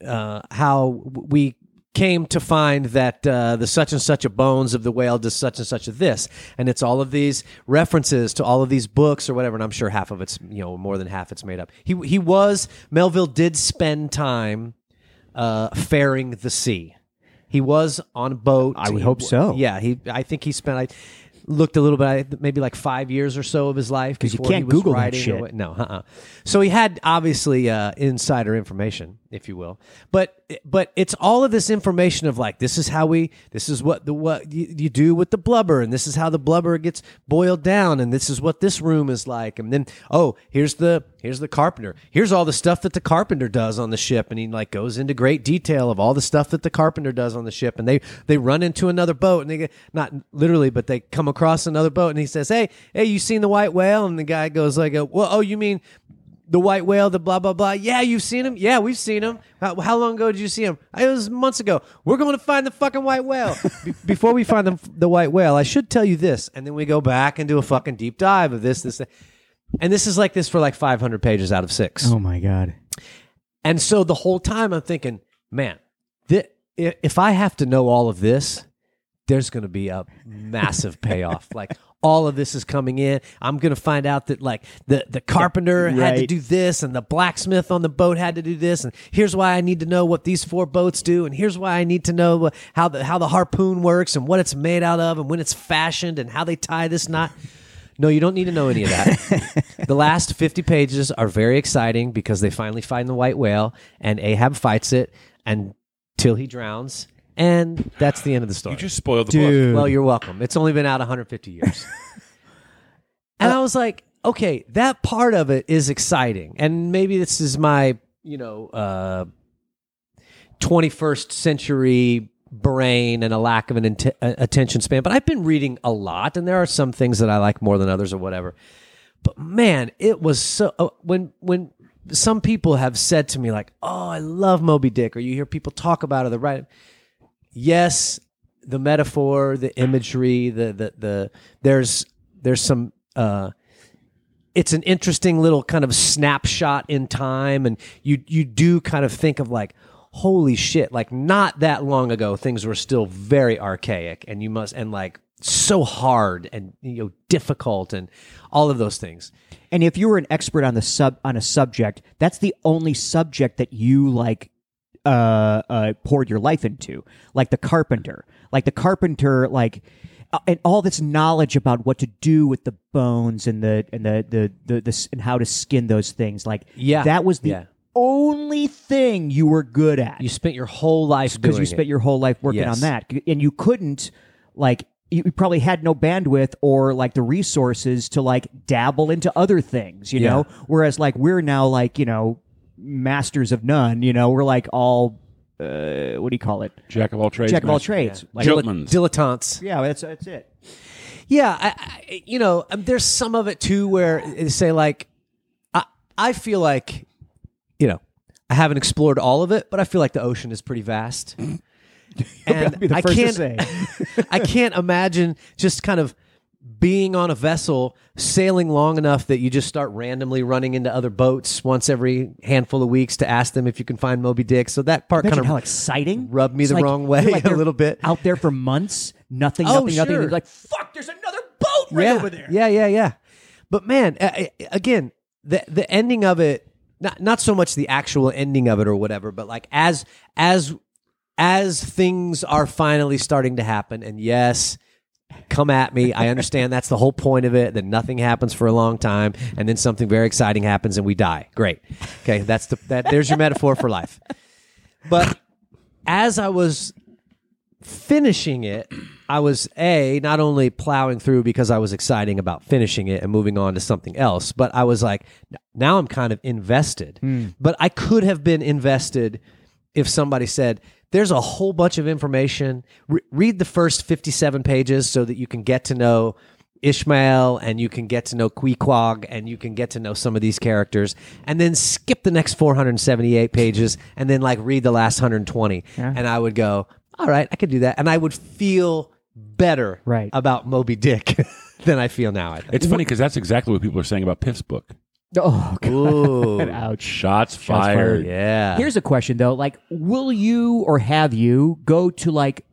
S2: uh, how w- we came to find that uh, the such and such a bones of the whale does such and such a this, and it's all of these references to all of these books or whatever. And I'm sure half of it's you know more than half it's made up. He he was Melville did spend time uh, faring the sea. He was on a boat.
S1: I would
S2: He
S1: hope
S2: w-
S1: so.
S2: Yeah, he. I think he spent. I looked a little bit. I- Maybe like five years or so of his life
S1: 'Cause you
S2: before he
S1: can't
S2: was
S1: Google that
S2: writing or
S1: shit.
S2: what- no, uh-uh. So he had obviously uh, insider information, if you will. But but it's all of this information of like this is how we this is what the what you, you do with the blubber, and this is how the blubber gets boiled down, and this is what this room is like, and then oh here's the here's the carpenter, here's all the stuff that the carpenter does on the ship, and he like goes into great detail of all the stuff that the carpenter does on the ship, and they they run into another boat, and they get not literally, but they come across another boat, and he says hey hey you seen the white whale, and the guy goes like oh, well oh you mean the white whale, the blah blah blah. Yeah, you've seen him. Yeah, we've seen him. How, how long ago did you see him? It was months ago. We're going to find the fucking white whale. Be- before we find the, the white whale, I should tell you this, and then we go back and do a fucking deep dive of this, this, that. and this is like this for like 500 pages out of six.
S1: Oh my god.
S2: And so the whole time I'm thinking, man, thi- i if I have to know all of this, there's going to be a massive payoff. like all of this is coming in. I'm going to find out that like the the carpenter had to
S1: Right.
S2: do this and the blacksmith on the boat had to do this and here's why I need to know what these four boats do and here's why I need to know uh, how the how the harpoon works and what it's made out of and when it's fashioned and how they tie this knot. No, you don't need to know any of that. the last 50 pages are very exciting because they finally find the white whale and Ahab fights it until he drowns. And that's the end of the story.
S3: You just spoiled the book.
S2: Well, you're welcome. It's only been out 150 years. and I was like, okay, that part of it is exciting. And maybe this is my, you know, uh, 21st century brain and a lack of an int- uh, attention span. But I've been reading a lot, and there are some things that I like more than others or whatever. But man, it was so uh, when when some people have said to me like, "Oh, I love Moby Dick," or you hear people talk about it, the right yes, the metaphor, the imagery, the the the there's there's some uh it's an interesting little kind of snapshot in time and you you do kind of think of like holy shit like not that long ago things were still very archaic and you must and like so hard and you know difficult and all of those things
S1: And if you were an expert on the sub on a subject, that's the only subject that you like uh, uh poured your life into, like the carpenter, like the carpenter, like uh, and all this knowledge about what to do with the bones and the and the the the, the s- and how to skin those things, like
S2: Yeah.
S1: that was the
S2: Yeah.
S1: only thing you were good at
S2: you spent your whole life
S1: because you
S2: doing
S1: spent
S2: it.
S1: your whole life working
S2: Yes.
S1: on that and you couldn't like you you probably had no bandwidth or like the resources to like dabble into other things you
S2: Yeah.
S1: know whereas like we're now like you know masters of none you know we're like all uh, what do you call it
S3: Jack of all trades.
S1: jack of all
S3: master-
S1: trades like
S3: Jiltmans.
S2: dilettantes
S1: yeah that's that's it
S2: Yeah, I, I, you know, um, there's some of it too where they say like, I I feel like, you know, I haven't explored all of it, but I feel like the ocean is pretty vast, and
S1: be the
S2: I
S1: first to
S2: can't
S1: say.
S2: I can't imagine just kind of being on a vessel sailing long enough that you just start randomly running into other boats once every handful of weeks to ask them if you can find Moby Dick. So that part
S1: Imagine
S2: kind of
S1: how exciting
S2: rubbed me
S1: It's
S2: the
S1: like-
S2: wrong way
S1: you're like
S2: a
S1: they're
S2: little bit.
S1: out there for months nothing
S2: Oh,
S1: nothing nothing
S2: sure.
S1: and you're like fuck there's another boat right
S2: yeah,
S1: over there
S2: Yeah, yeah, yeah. But man, I, I- again, the the ending of it, not not so much the actual ending of it or whatever, but like as as as things are finally starting to happen, and yes. Come at me. I understand that's the whole point of it. That nothing happens for a long time, and then something very exciting happens, and we die. Great. Okay, that's the that. There's your metaphor for life. But as I was finishing it, I was a not only plowing through because I was exciting about finishing it and moving on to something else, but I was like, n- now I'm kind of invested. But I could have been invested if somebody said, "There's a whole bunch of information. Re- read the first 57 pages so that you can get to know." Ishmael, and you can get to know Queequeg, and you can get to know some of these characters, and then skip the next 478 pages, and then like read the last 120. And I would go, all right, I could do that, and I would feel better
S1: Right.
S2: about Moby Dick than I feel now. I think.
S3: It's funny because that's exactly what people are saying about Piff's book.
S1: oh god
S2: Ooh,
S1: ouch
S3: Shots fired.
S2: yeah.
S1: Here's a question though, like will you or have you go to like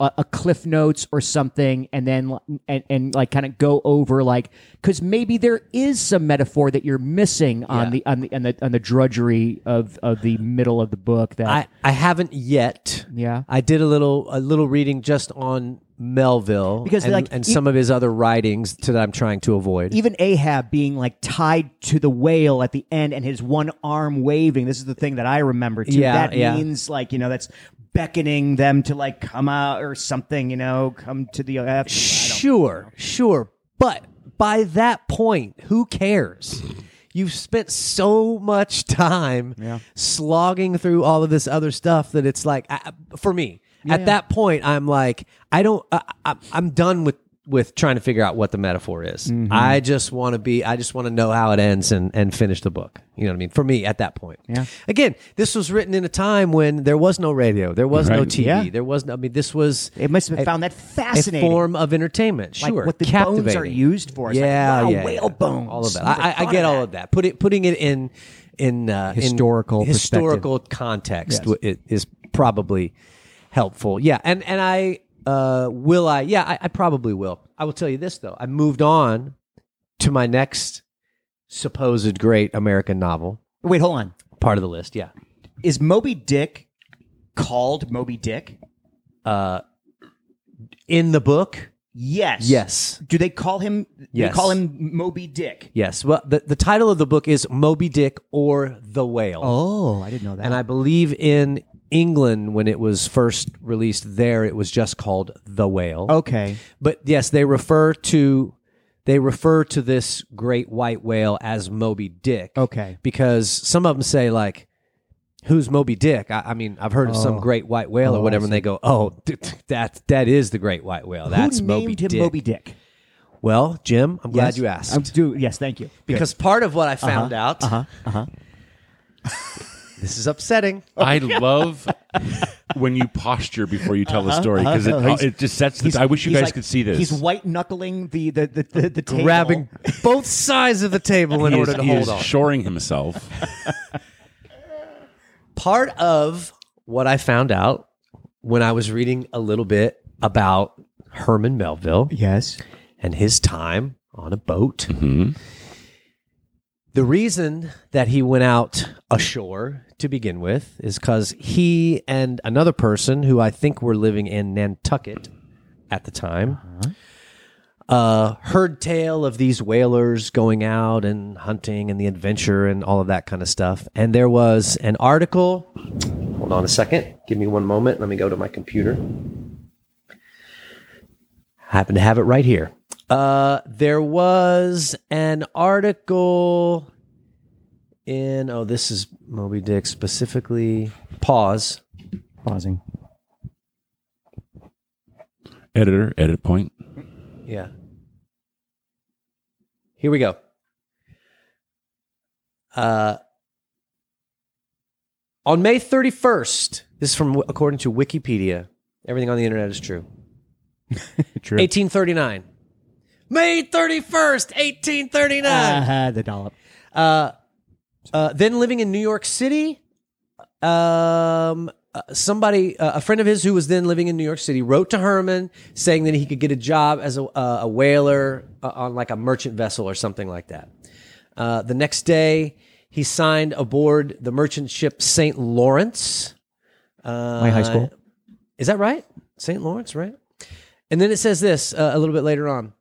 S1: a, a cliff notes or something and then l- and, and like kind of go over like because maybe there is some metaphor that you're missing on the on the on the on the drudgery of of the middle of the book that
S2: I, I haven't yet.
S1: Yeah.
S2: I did a little a little reading just on Melville
S1: Because,
S2: and,
S1: like,
S2: and
S1: e-
S2: some of his other writings that I'm trying to avoid.
S1: even Ahab being like tied to the whale at the end and his one arm waving. This is the thing that I remember too.
S2: Yeah,
S1: that
S2: yeah.
S1: means like, you know, that's beckoning them to like come out or something, you know, come to the uh, F.
S2: Sure, sure. But by that point, who cares? You've spent so much time slogging through all of this other stuff that it's like, I, I- for me, at that point, I'm like, I don't, I, I, I'm done with with trying to figure out what the metaphor is. I just want to be, I just want to know how it ends and and finish the book. You know what I mean? For me, at that point. Yeah. Again, this was written in a time when there was no radio, there was no
S3: Right.
S2: TV,
S1: Yeah.
S2: there was no. I mean, this was
S1: They must have
S2: a-
S1: found that fascinating.
S2: a form of entertainment. Sure,
S1: like what the bones are
S2: Captivating.
S1: used for. It's
S2: yeah,
S1: like, wow,
S2: yeah,
S1: whale
S2: yeah.
S1: bones.
S2: All of that.
S1: Never
S2: I, I, I
S1: thought
S2: get
S1: of
S2: all of that. Put it, putting it in in uh, in
S1: Historical
S2: historical context w- it is probably helpful. Yeah, and and I uh, will I. Yeah, I, I probably will. I will tell you this though. I moved on to my next supposed great American novel.
S1: Wait, hold on.
S2: Part of the list. Yeah.
S1: Is Moby Dick called Moby Dick?
S2: Uh, in the book.
S1: Yes.
S2: Yes.
S1: Do they call him?
S2: Yes.
S1: They call him Moby Dick.
S2: Yes. Well, the, the title of the book is Moby Dick or the Whale.
S1: Oh, I didn't know that.
S2: And I believe in England, when it was first released there, it was just called The Whale.
S1: okay.
S2: But yes, they refer to they refer to this great white whale as Moby Dick.
S1: Okay.
S2: Because some of them say like Who's Moby Dick? I, I mean, I've heard of
S1: Oh.
S2: some great white whale or whatever, and they go, "Oh, th- th- that that is the great white whale. That's
S1: Who named
S2: Moby
S1: him
S2: Dick."
S1: Moby Dick?
S2: Well, Jim, I'm glad
S1: Yes.
S2: you asked
S1: I'm do yes, thank you.
S2: because part of what I found out. Uh huh. this is upsetting.
S3: I love when you posture before you tell the story because it, it just sets. The, I wish you
S1: He's
S3: guys
S1: like-
S3: could see this.
S1: He's white knuckling the the the, the, the table.
S2: grabbing both sides of the table in
S3: He
S2: order
S3: is-
S2: to
S3: he
S2: hold
S3: is
S2: on.
S3: shoring himself.
S2: Part of what I found out when I was reading a little bit about Herman Melville
S1: Yes.
S2: and his time on a boat. The reason that he went out ashore to begin with is because he and another person who I think were living in Nantucket at the time uh, heard tale of these whalers going out and hunting and the adventure and all of that kind of stuff. And there was an article. Hold on a second. Give me one moment. Let me go to my computer. Happen to have it right here. Uh, there was an article in, oh, this is Moby Dick specifically. Pause.
S1: Pausing.
S3: Editor, edit point.
S2: Yeah. Here we go. Uh, on May 31st, this is from according to Wikipedia. Everything on the internet is true.
S1: True.
S2: 1839. May 31st, 1839.
S1: Uh, the dollop.
S2: Uh, uh, then living in New York City, um, uh, somebody, uh, a friend of his who was then living in New York City, wrote to Herman saying that he could get a job as a, uh, a whaler uh, on like a merchant vessel or something like that. Uh, the next day, he signed aboard the merchant ship St. Lawrence. Uh,
S1: My high school.
S2: Is that right? St. Lawrence, right? And then it says this uh, a little bit later on.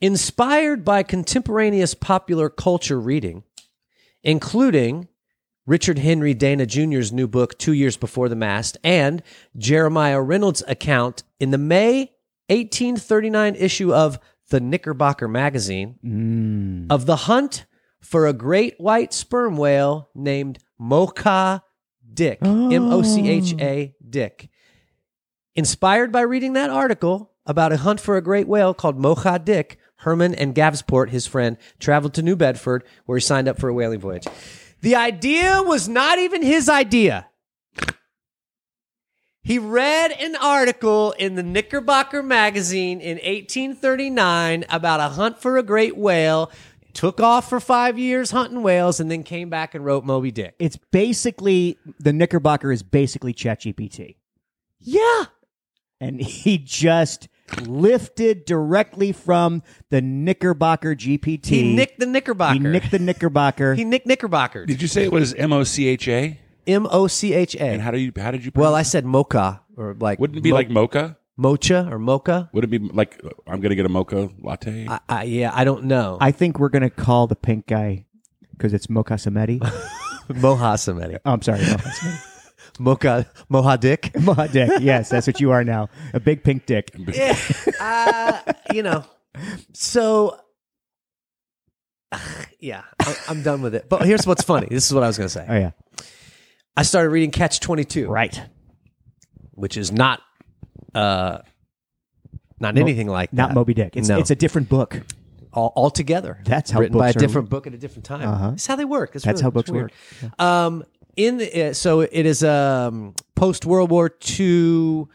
S2: Inspired by contemporaneous popular culture reading, including Richard Henry Dana Jr.'s new book, Two Years Before the Mast, and Jeremiah Reynolds' account in the May 1839 issue of the Knickerbocker magazine of the hunt for a great white sperm whale named Mocha Dick, M O C H A Dick. Inspired by reading that article about a hunt for a great whale called Mocha Dick, Herman and Gavsport, his friend, traveled to New Bedford where he signed up for a whaling voyage. The idea was not even his idea. He read an article in the Knickerbocker magazine in 1839 about a hunt for a great whale, took off for five years hunting whales, and then came back and wrote Moby Dick.
S1: It's basically the Knickerbocker is basically ChatGPT.
S2: Yeah.
S1: and he just lifted directly from the Knickerbocker GPT.
S2: He nicked the Knickerbocker.
S1: He nicked the Knickerbocker.
S2: He nicked Knickerbocker.
S3: Did you say it was M O C H A?
S2: M O C H
S3: And
S2: A.
S3: how do you how did you?
S2: Well, I said mocha or like
S3: wouldn't it be
S2: mo-
S3: like mocha.
S2: mocha or mocha.
S3: Would it be like uh, I'm gonna get a mocha latte?
S2: I, I, yeah, I don't know.
S1: I think we're gonna call the pink guy because it's Mocha Samedi.
S2: Moha somebody.
S1: Oh, I'm sorry, Mocha Samedi.
S2: Mocha Moha Dick.
S1: Mocha Dick. Yes, that's what you are now. A big pink dick.
S2: Yeah. uh, you know. So yeah, I, I'm done with it. But here's what's funny. This is what I was going to
S1: Oh
S2: say.
S1: yeah,
S2: I started reading Catch 22,
S1: right.
S2: which is not uh not anything like
S1: Not
S2: that.
S1: Moby Dick. It's
S2: No.
S1: it's a different book.
S2: all, all together.
S1: That's how
S2: written by a
S1: books are- Uh-huh.
S2: different book at a different time. That's how they work. That's,
S1: That's
S2: really-
S1: how books
S2: weird. Um, in the, uh, so it is a post World War II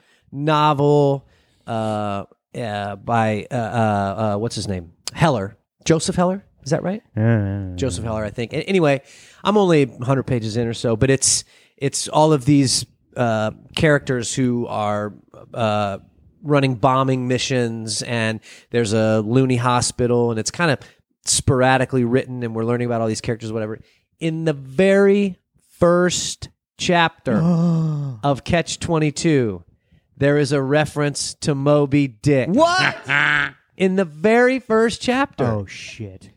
S2: novel uh, uh, by uh, uh, uh, what's his name Heller Joseph Heller is that right?
S1: Uh,
S2: Joseph Heller, I think. A- Anyway, I'm only 100 pages in or so, but it's it's all of these uh, characters who are uh, running bombing missions, and there's a loony hospital, and it's kind of sporadically written, and we're learning about all these characters, whatever. In the very first chapter of Catch 22, there is a reference to Moby Dick. What? In the very first chapter.
S1: oh shit.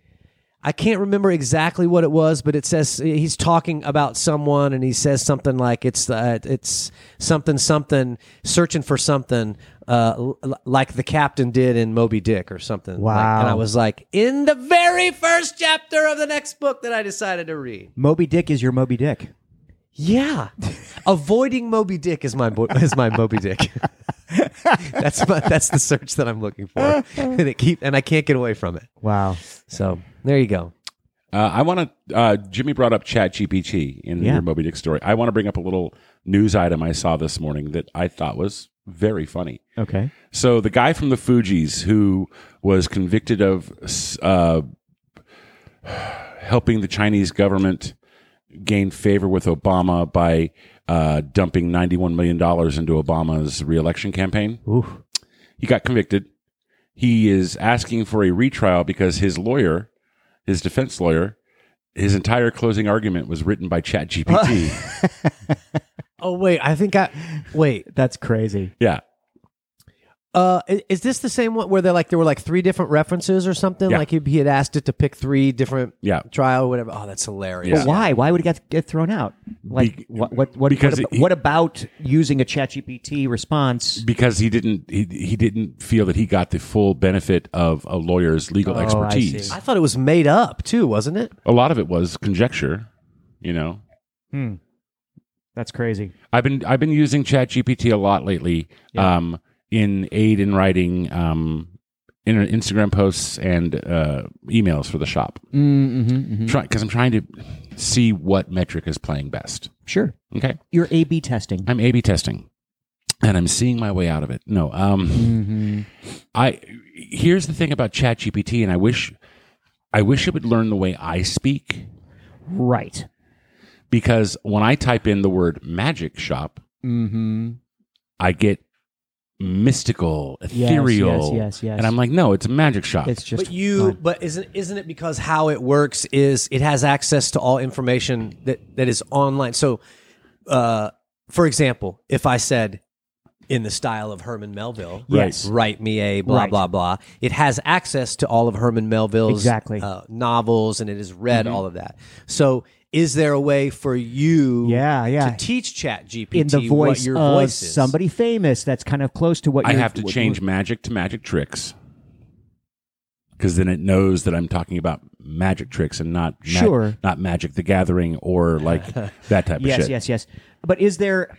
S2: I can't remember exactly what it was, but it says he's talking about someone, and he says something like it's uh, it's something something searching for something uh, l- like the captain did in Moby Dick or something. Like-
S1: Wow.
S2: and I was like, in the very first chapter of the next book that I decided to read.
S1: Moby Dick is your Moby Dick.
S2: Yeah, avoiding Moby Dick is my bo- is my Moby Dick. that's my, that's the search that I'm looking for, and it keep and I can't get away from it.
S1: Wow.
S2: So there you go.
S3: Uh, I want to. Uh, Jimmy brought up ChatGPT in
S1: Yeah.
S3: your Moby Dick story. I want to bring up a little news item I saw this morning that I thought was very funny.
S1: Okay.
S3: So the guy from the Fugees who was convicted of uh, helping the Chinese government gain favor with Obama by uh, dumping ninety-one million dollars into Obama's reelection campaign.
S1: Ooh.
S3: He got convicted. He is asking for a retrial because his lawyer, his defense lawyer, his entire closing argument was written by ChatGPT.
S2: Oh wait, I think I wait.
S1: That's crazy.
S3: yeah.
S2: Uh, i- is this the same one where they like there were like three different references or something?
S3: Yeah.
S2: Like he, he had asked it to pick three different
S3: Yeah.
S2: trial or whatever. Oh, that's hilarious.
S1: But why? Why would it get, get thrown out? Like
S3: Be-
S1: what? What? What,
S3: because
S1: what, ab-
S3: he-
S1: what about using a ChatGPT response?
S3: because he didn't he, he didn't feel that he got the full benefit of a lawyer's legal
S1: Oh, I
S3: expertise.
S1: see.
S2: I thought it was made up too, wasn't it?
S3: A lot of it was conjecture, you know.
S1: That's crazy.
S3: I've been I've been using ChatGPT a lot lately um in aid in writing um in Instagram posts and uh, emails for the shop.
S1: Mm-hmm.
S3: Try cuz I'm trying to see what metric is playing best.
S1: Sure.
S3: Okay?
S1: You're A/B testing.
S3: I'm A/B testing, and I'm seeing my way out of it. No, um,
S1: Mm-hmm.
S3: I here's the thing about ChatGPT, and I wish, I wish it would learn the way I speak
S1: Right.
S3: because when I type in the word magic shop, I get mystical,
S1: Mm-hmm. yes,
S3: ethereal,
S1: yes, yes.
S3: and I'm like, no, it's a magic shop.
S1: It's just
S2: But you,
S1: fun.
S2: but isn't isn't it because how it works is it has access to all information that that is online. So, uh, for example, if I said in the style of Herman Melville,
S1: Yes.
S2: write me a blah
S1: Right.
S2: blah blah, it has access to all of Herman Melville's
S1: Exactly. Mm-hmm.
S2: uh, novels, and it has read all of that. So, is there a way for you,
S1: Yeah, yeah.
S2: to teach Chat GPT
S1: in the
S2: what
S1: voice
S2: your
S1: of
S2: voice is?
S1: somebody famous that's kind of close to what
S3: I
S1: you're-
S3: have to
S1: what-
S3: change magic to magic tricks because then it knows that I'm talking about magic tricks and not mag-
S1: Sure.
S3: not Magic the Gathering or like that type of
S1: yes,
S3: shit.
S1: yes, yes. But is there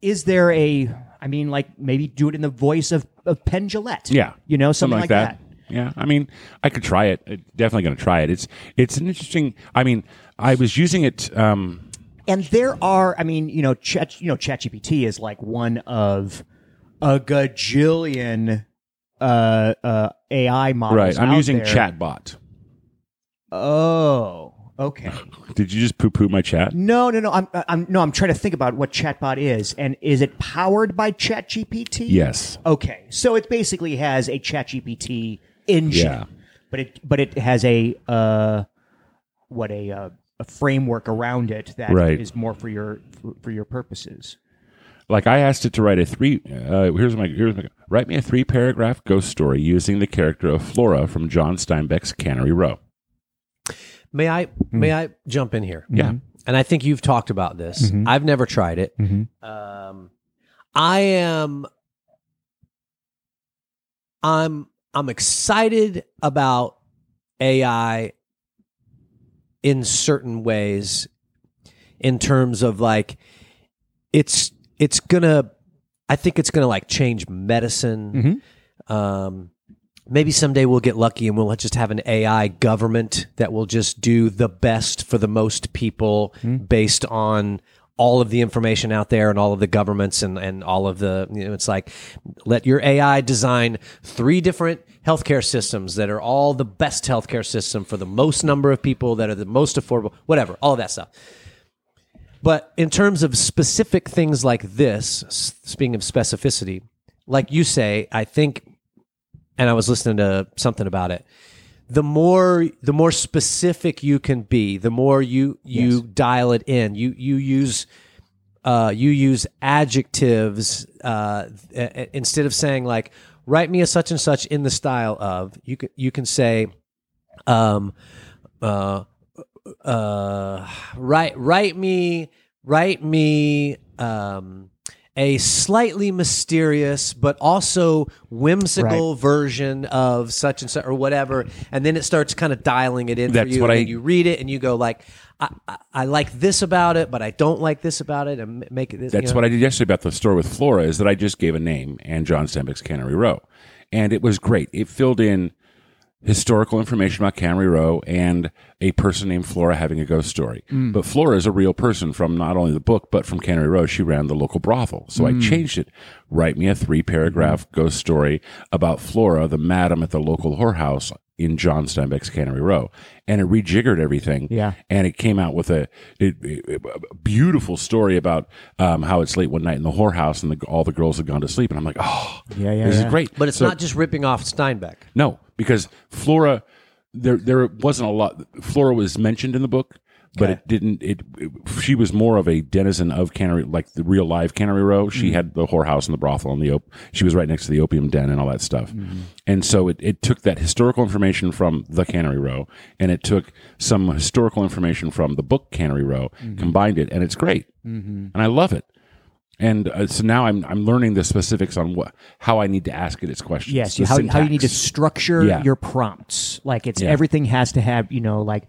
S1: is there a I mean, like maybe do it in the voice of of Penn Jillette.
S3: Yeah,
S1: you know, something, like that.
S3: Yeah, I mean, I could try it. I'm definitely going to try it. It's it's an interesting. I mean, I was using it. Um,
S1: And there are, I mean, you know, Chat, you know, ChatGPT is like one of a gajillion uh, uh, AI models.
S3: right, I'm
S1: out
S3: using
S1: there.
S3: Chatbot.
S1: Oh, Okay.
S3: Did you just poo poo my chat?
S1: No, no, no. I'm, I'm, no, I'm trying to think about what Chatbot is, and is it powered by ChatGPT?
S3: Yes.
S1: Okay, so it basically has a ChatGPT engine,
S3: Yeah.
S1: but it, but it has a, uh, what a, uh, a framework around it that is
S3: Right.
S1: more for your, for, for your purposes.
S3: Like I asked it to write a three. Uh, here's my here's my write me a three paragraph ghost story using the character of Flora from John Steinbeck's Cannery Row.
S2: May I may I jump in here?
S3: Yeah.
S2: And I think you've talked about this. I've never tried it. Um, I am I'm I'm excited about AI in certain ways in terms of like it's it's gonna I think it's gonna like change medicine. Um maybe someday we'll get lucky and we'll just have an AI government that will just do the best for the most people based on all of the information out there and all of the governments and, and all of the you know, it's like let your AI design three different healthcare systems that are all the best healthcare system for the most number of people that are the most affordable whatever all of that stuff but in terms of specific things like this s- speaking of specificity like you say i think and I was listening to something about it. The more the more specific you can be, the more you you dial it in. You you use uh, you use adjectives uh, a- a- instead of saying like write me a such and such in the style of. You can you can say um uh uh write write me write me um a slightly mysterious but also whimsical version of such and such or whatever and then it starts kind of dialing it in for
S3: That's
S2: you
S3: what
S2: and
S3: I-
S2: then you read it and you go like I, I, I like this about it but I don't like this about it and m- make it this
S3: That's what I did yesterday about the store with Flora is that I just gave a name and John Steinbeck's Cannery Row. And it was great. It filled in historical information about Cannery Row and a person named Flora having a ghost story.
S1: Mm.
S3: But Flora is a real person from not only the book, but from Cannery Row. She ran the local brothel. So
S1: Mm.
S3: I changed it. Write me a three paragraph ghost story about Flora, the madam at the local whorehouse in John Steinbeck's Cannery Row. And it rejiggered everything
S1: Yeah.
S3: and it came out with a, it, it- a beautiful story about um, how it's late one night in the whorehouse and the, all the girls had gone to sleep. And I'm like, oh,
S1: Yeah, yeah,
S3: this
S1: yeah.
S3: is great.
S2: but it's
S3: So-
S2: not just ripping off Steinbeck
S3: no, because Flora, there there wasn't a lot. Flora was mentioned in the book, but it didn't. It, it- she was more of a denizen of Cannery, like the real live Cannery Row.
S1: Mm-hmm.
S3: She had the whorehouse and the brothel and the op- she was right next to the opium den and all that stuff.
S1: Mm-hmm.
S3: And so it, it took that historical information from the Cannery Row, and it took some historical information from the book Cannery Row,
S1: Mm-hmm.
S3: combined it, and it's great, and I love it. And uh, so now I'm I'm learning the specifics on what how I need to ask it its questions.
S1: Yes,
S3: the
S1: how, how you need to
S3: syntax.
S1: structure
S3: Yeah.
S1: your prompts. Like it's
S3: Yeah.
S1: everything has to have, you know, like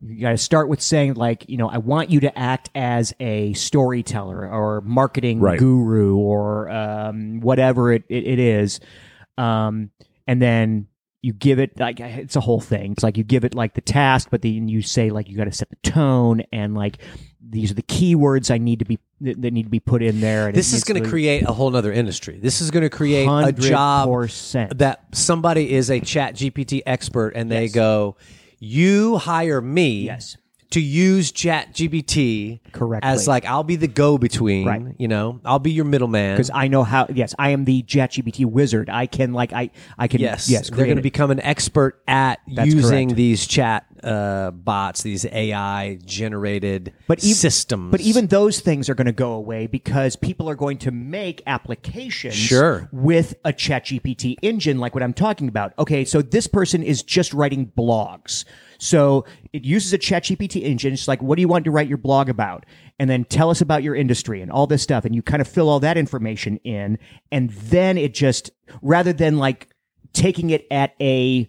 S1: you got to start with saying like, you know, I want you to act as a storyteller or marketing
S3: Right.
S1: guru or um, whatever it, it, it is. Um, and then you give it like it's a whole thing. It's like you give it like the task, but then you say like you got to set the tone and like these are the keywords I need to be that, that need to be put in there. And
S2: this is going to create a whole nother industry this is going to create a job
S1: percent
S2: that somebody is a chat GPT expert and they go, you hire me
S1: Yes.
S2: to use chat GPT
S1: Correctly.
S2: as like, I'll be the go between,
S1: Right.
S2: you know, I'll be your middleman.
S1: because I know how. Yes, I am the ChatGPT wizard. I can like I I can
S2: Yes.
S1: yes. yes
S2: They're going to
S1: create it.
S2: become an expert at using
S1: correct.
S2: these chat uh, bots, these AI generated
S1: But ev-
S2: systems.
S1: But even those things are going to go away because people are going to make applications
S2: Sure.
S1: with a ChatGPT engine, like what I'm talking about. Okay, so this person is just writing blogs. So it uses a ChatGPT engine. It's like, what do you want to write your blog about? And then tell us about your industry and all this stuff. And you kind of fill all that information in. And then it just, rather than like taking it at a,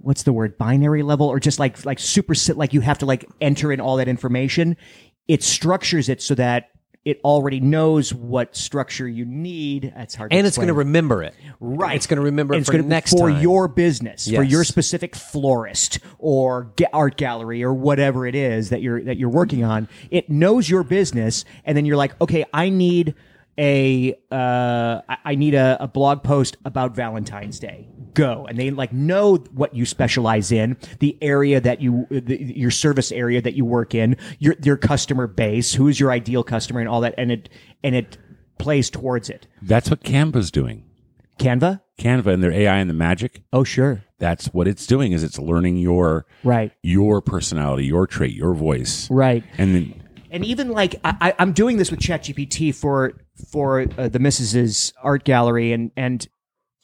S1: what's the word binary level or just like like super si- like you have to like enter in all that information it structures it so that it already knows what structure you need that's hard
S2: and it's going to
S1: explain.
S2: remember it.
S1: right
S2: It's going to remember
S1: And
S2: it
S1: it's
S2: for
S1: gonna be
S2: next
S1: for
S2: time.
S1: your business for
S2: Yes.
S1: your specific florist or ga- art gallery or whatever it is that you're that you're working on it knows your business and then you're like okay i need a uh, I- I need a, a blog post about Valentine's Day. Go and they like know what you specialize in, the area that you, the, your service area that you work in, your your customer base, who is your ideal customer, and all that, and it and it plays towards it.
S3: That's what Canva's doing.
S1: Canva.
S3: Canva and their AI and the magic.
S1: Oh sure,
S3: That's what it's doing. Is it's learning your
S1: right,
S3: your personality, your trait, your voice,
S1: right.
S3: and then
S1: and even like I, I- I'm doing this with ChatGPT for for uh, the Mrs.'s art gallery, and and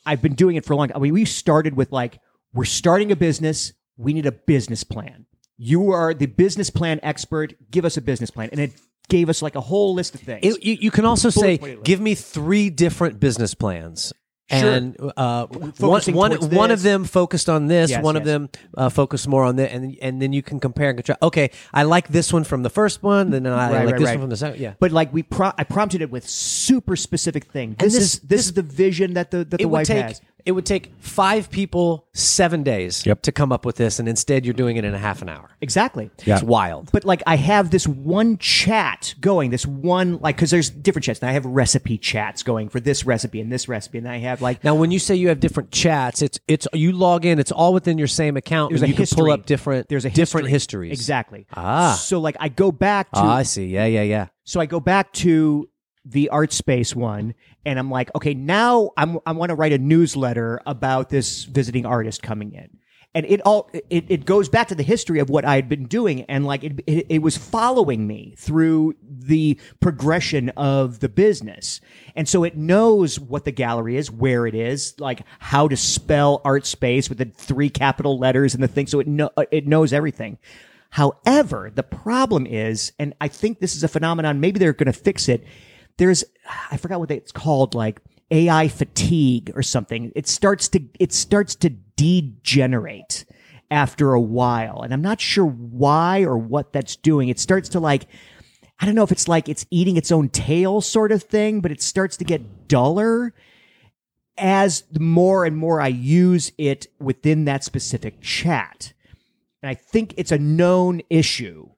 S1: I've been doing it for a long. I mean, we started with like we're starting a business. We need a business plan. You are the business plan expert. Give us a business plan, and it gave us like a whole list of things.
S2: It, you, you can also say,
S1: point list.
S2: give me three different business plans. And uh, one,
S1: Focusing
S2: one,
S1: towards
S2: one of
S1: this.
S2: them focused on this,
S1: Yes,
S2: one of
S1: yes.
S2: them uh, focused more on that, and and then you can compare and contrast. Okay, I like this one from the first one, then I
S1: Right,
S2: like
S1: right,
S2: this
S1: right.
S2: one from the second. Yeah,
S1: but like we, pro- I prompted it with super specific thing. This,
S2: this-
S1: is this, is the vision that the that the
S2: it would
S1: wife
S2: take
S1: has.
S2: it would take five people seven days
S3: Yep.
S2: to come up with this, and instead you're doing it in a half an hour.
S1: Exactly.
S2: It's wild.
S1: But like I have this one chat going, this one like because there's different chats. And I have recipe chats going for this recipe and this recipe, and I have like
S2: Now, when you say you have different chats, it's it's you log in. It's all within your same account.
S1: there's
S2: and
S1: a
S2: you
S1: history.
S2: can pull up different
S1: there's a
S2: different
S1: history.
S2: histories.
S1: exactly.
S2: Ah.
S1: so like I go back to
S2: Ah, I see. Yeah, yeah, yeah.
S1: so I go back to the art space one, and I'm like, okay, now I'm I want to write a newsletter about this visiting artist coming in. And it all it, it goes back to the history of what I had been doing, and like it, it it was following me through the progression of the business, and so it knows what the gallery is, where it is, like how to spell art space with the three capital letters and the thing, so it know it knows everything. However, the problem is, and I think this is a phenomenon, maybe they're going to fix it. There's, I forgot what it's called, like AI fatigue or something. It starts to, it starts to degenerate after a while. And I'm not sure why or what that's doing. It starts to like, I don't know if it's like it's eating its own tail sort of thing, but it starts to get duller as the more and more I use it within that specific chat. And I think it's a known issue.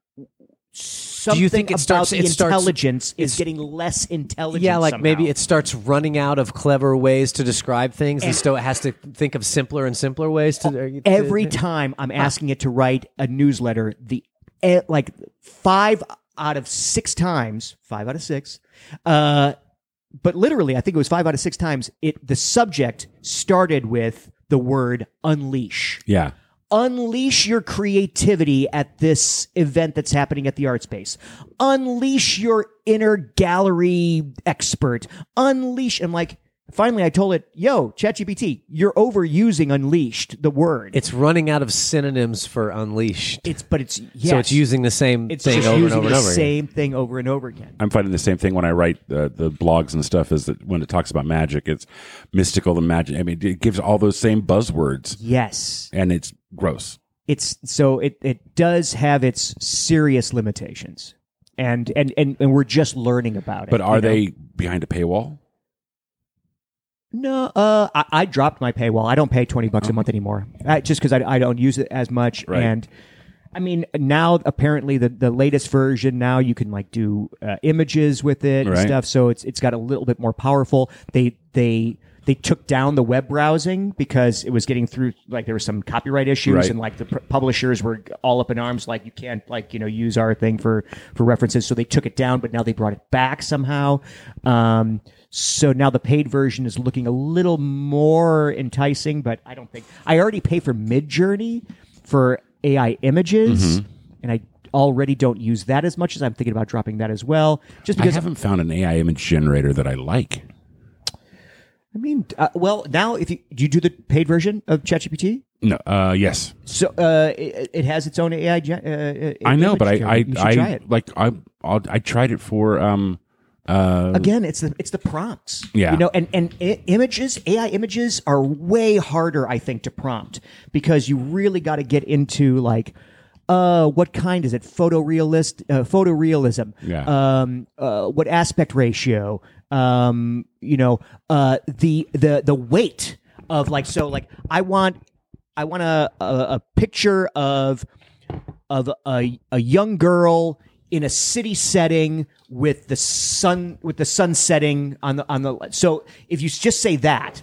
S1: Something
S2: think it
S1: about
S2: starts-
S1: the
S2: it starts-
S1: intelligence is getting less intelligent?
S2: Yeah, like maybe
S1: somehow.
S2: it starts running out of clever ways to describe things,
S1: Eh.
S2: and, so it has to think of simpler and simpler ways to. to-
S1: Oh, every time
S2: Uh,
S1: I'm asking it to write a newsletter, the eh, like five out of six times, five out of six, uh, but literally, I think it was five out of six times. It the subject started with the word unleash.
S3: yeah,
S1: Unleash your creativity at this event that's happening at the art space. Unleash your inner gallery expert. Unleash. I'm like, finally, I told it, yo, ChatGPT, you're overusing unleashed the word.
S2: It's running out of synonyms for unleashed,
S1: It's but it's yes.
S2: so it's using the same
S1: it's
S2: thing
S1: just
S2: over and
S1: using
S2: over and
S1: the
S2: over. again.
S1: same thing over and over again.
S3: I'm finding the same thing when I write the, the blogs and stuff. Is that when it talks about magic, it's mystical and magic. I mean, it gives all those same buzzwords,
S1: Yes,
S3: and it's gross.
S1: it's so it it does have its serious limitations, and and and, and we're just learning about it.
S3: But are
S1: you know?
S3: they behind a paywall?
S1: No, uh, I, I dropped my paywall. I don't pay twenty bucks a month anymore, I, just because I, I don't use it as much.
S3: Uh-huh. Right.
S1: And I mean, now apparently the, the latest version now you can like do uh, images with it and
S3: Right.
S1: stuff. So it's it's got a little bit more powerful. They they they took down the web browsing because it was getting through like there were some copyright issues
S3: Right.
S1: and like the pr- publishers were all up in arms like you can't like you know use our thing for for references so they took it down but now they brought it back somehow um so now the paid version is looking a little more enticing but i don't think i already pay for midjourney for ai images
S3: Mm-hmm.
S1: and i already don't use that as much as i'm thinking about dropping that as well just
S3: I
S1: because
S3: haven't found an AI image generator that I like.
S1: i mean uh, well now if you do you do the paid version of chatgpt
S3: No, uh, yes,
S1: so uh, it, it has its own ai gen- uh, uh,
S3: I know,
S1: image
S3: but I,
S1: gen-
S3: I,
S1: you should
S3: I
S1: try it.
S3: like I, I'll, I tried it for um, uh,
S1: again it's the it's the prompts
S3: Yeah.
S1: you know and and I- images ai images are way harder i think to prompt because you really got to get into like uh what kind is it photorealist uh, photorealism
S3: Yeah.
S1: um uh what aspect ratio um you know uh the the the weight of like so like i want i want a a, a picture of of a, a young girl in a city setting with the sun with the sun setting on the on the so if you just say that